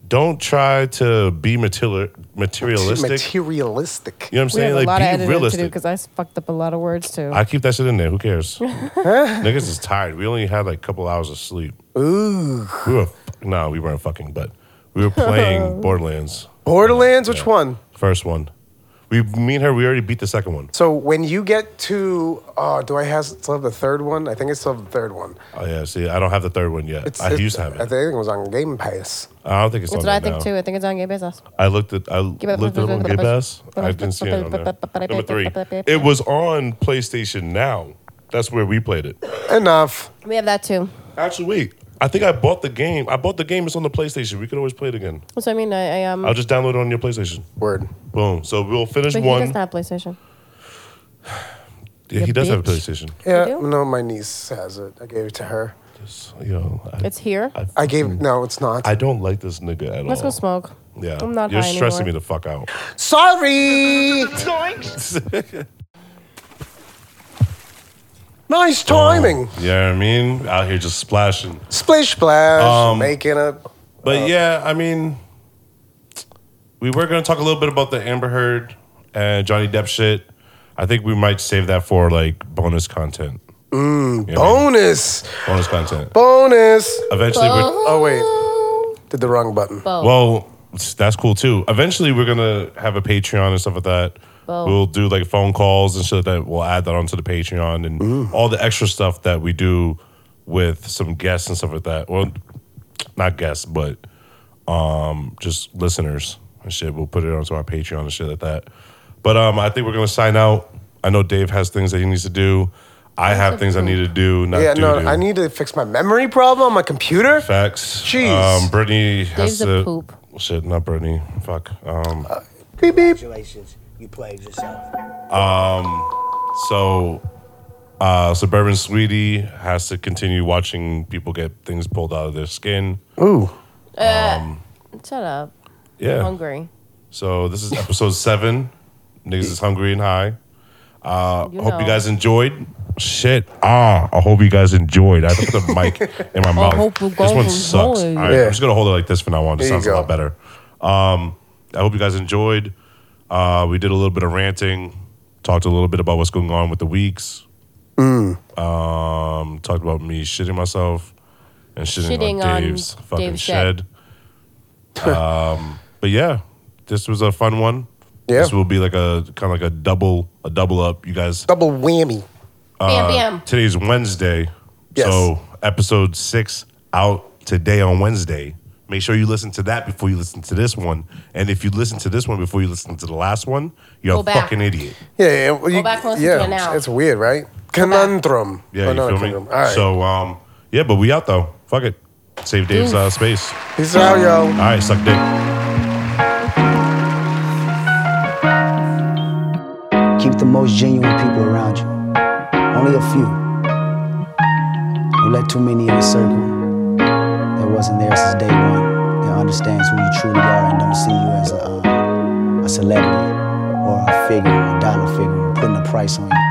Speaker 1: Don't try to be material, materialistic.
Speaker 3: Materialistic.
Speaker 1: you know what I'm
Speaker 4: we have
Speaker 1: saying?
Speaker 4: a
Speaker 1: Like
Speaker 4: lot of
Speaker 1: be
Speaker 4: editing to do
Speaker 1: realistic.
Speaker 4: because I fucked up a lot of words too.
Speaker 1: I keep that shit in there. Who
Speaker 4: <laughs>
Speaker 1: cares? Niggas is tired. We only had like a couple hours of sleep. Ooh. We were no, we weren't fucking, but we were
Speaker 4: <laughs>
Speaker 1: playing Borderlands.
Speaker 3: Borderlands, which
Speaker 1: Yeah.
Speaker 3: one?
Speaker 1: First one. We me and her, we already beat the second one.
Speaker 3: So when you get to, oh, do I have still have the third one? I think I still have the third one.
Speaker 1: Oh yeah, see, I don't have the third one yet.
Speaker 3: It's,
Speaker 1: I
Speaker 3: it-
Speaker 1: used to have
Speaker 3: I
Speaker 1: it.
Speaker 3: think it was on Game Pass.
Speaker 1: I don't think it's
Speaker 4: That's
Speaker 1: on
Speaker 4: what I
Speaker 1: there
Speaker 4: think
Speaker 1: now.
Speaker 4: too. I think it's on Gay Business.
Speaker 1: I looked at I looked at it on Gay Pass. I didn't see it on there. Number three. It was on PlayStation Now. That's where we played it.
Speaker 3: Enough.
Speaker 4: We have that too.
Speaker 1: Actually, wait. I think I bought the game. I bought the game. It's on the PlayStation. We could always play it again.
Speaker 4: So I mean, I, I um.
Speaker 1: I'll just download it on your PlayStation.
Speaker 3: Word.
Speaker 1: Boom. So we'll finish
Speaker 4: but he
Speaker 1: one.
Speaker 4: doesn't have PlayStation.
Speaker 1: yeah, he does have a
Speaker 4: bitch.
Speaker 1: PlayStation.
Speaker 3: Yeah.
Speaker 4: do?
Speaker 3: No, my niece has it. I gave it to her.
Speaker 1: Just, you know, I,
Speaker 4: It's here.
Speaker 1: I,
Speaker 3: I gave. No, it's not.
Speaker 1: I don't like this nigga at all.
Speaker 4: Let's go smoke.
Speaker 1: Yeah,
Speaker 4: I'm not
Speaker 1: you're
Speaker 4: high
Speaker 1: stressing
Speaker 4: anymore.
Speaker 1: me the fuck out.
Speaker 3: Sorry. <laughs> nice timing.
Speaker 1: Yeah, I mean, out here just splashing.
Speaker 3: Splish splash.
Speaker 1: Um,
Speaker 3: making a.
Speaker 1: But yeah, I mean, we were going to talk a little bit about the Amber Heard and Johnny Depp shit. I think we might save that for like bonus content. Mm,
Speaker 3: Bonus.
Speaker 1: bonus content.
Speaker 3: Bonus.
Speaker 1: Eventually, we're,
Speaker 3: Oh wait. Did the wrong button.
Speaker 1: well, that's cool too. Eventually, we're gonna have a Patreon and stuff like that.
Speaker 4: Well-
Speaker 1: We'll do like phone calls and shit like that. We'll add that onto the Patreon and all the extra stuff that we do with some guests and stuff like that. Well, not guests, but um, just listeners and shit. We'll put it onto our Patreon and shit like that. But um, I think we're gonna sign out. I know Dave has things that he needs to do. I have things I need to do, not
Speaker 3: yeah,
Speaker 1: do.
Speaker 3: no,
Speaker 1: do.
Speaker 3: I need to fix my memory problem on my computer.
Speaker 1: facts.
Speaker 3: Jeez.
Speaker 1: Um, Brittany has
Speaker 4: Dave's a
Speaker 1: to.
Speaker 4: poop.
Speaker 1: Shit, not Brittany. Fuck. Um,
Speaker 3: Beep beep.
Speaker 2: Congratulations, you played yourself.
Speaker 1: so, uh, suburban sweetie has to continue watching people get things pulled out of their skin.
Speaker 3: Ooh.
Speaker 4: Shut up.
Speaker 1: Yeah.
Speaker 4: Hungry.
Speaker 1: So this is episode seven. Niggas is hungry and high.
Speaker 4: You
Speaker 1: Hope
Speaker 4: know.
Speaker 1: you guys enjoyed. Shit. Ah, I hope you guys enjoyed. I took
Speaker 4: <laughs>
Speaker 1: the mic in my mouth.
Speaker 4: hope you
Speaker 1: this
Speaker 4: guys
Speaker 1: one sucks.
Speaker 4: enjoyed.
Speaker 1: All right,
Speaker 3: Yeah.
Speaker 1: I'm just gonna hold it like this from now on. It
Speaker 3: There you
Speaker 1: sounds a lot
Speaker 3: go.
Speaker 1: better. Um, I hope you guys enjoyed. Uh, we did a little bit of ranting. Talked a little bit about what's going on with the weeks.
Speaker 3: Mm.
Speaker 1: Um, talked about me shitting myself and shitting,
Speaker 4: Shitting
Speaker 1: on
Speaker 4: on
Speaker 1: Dave's fucking
Speaker 4: Dave's shed.
Speaker 1: shed. um, but yeah, this was a fun one.
Speaker 3: Yeah.
Speaker 1: This will be like a kind of like a double a double up. You guys
Speaker 3: Double whammy.
Speaker 4: bam,
Speaker 1: uh,
Speaker 4: bam.
Speaker 1: Today's Wednesday.
Speaker 3: Yes.
Speaker 1: So episode six out today on Wednesday. Make sure you listen to that before you listen to this one. And if you listen to this one before you listen to the last one, you're
Speaker 4: Go
Speaker 1: a
Speaker 4: back.
Speaker 1: fucking idiot.
Speaker 3: Yeah, yeah. well, you-
Speaker 4: back and listen to
Speaker 3: yeah,
Speaker 4: it now.
Speaker 3: It's weird, right? Conundrum.
Speaker 1: Yeah,
Speaker 3: Oh,
Speaker 1: you
Speaker 3: no,
Speaker 1: feel me?
Speaker 3: conundrum. All right.
Speaker 1: So um, yeah, but we out though. Fuck it. Save Dave's uh, space.
Speaker 3: Peace out, yo.
Speaker 1: All right, suck dick.
Speaker 8: Keep the most genuine people around you. Only a few. Don't let too many in the circle that wasn't there since day one. That understands who you truly are and don't see you uh, as a, um, a celebrity or a figure, a dollar figure, or putting a price on you.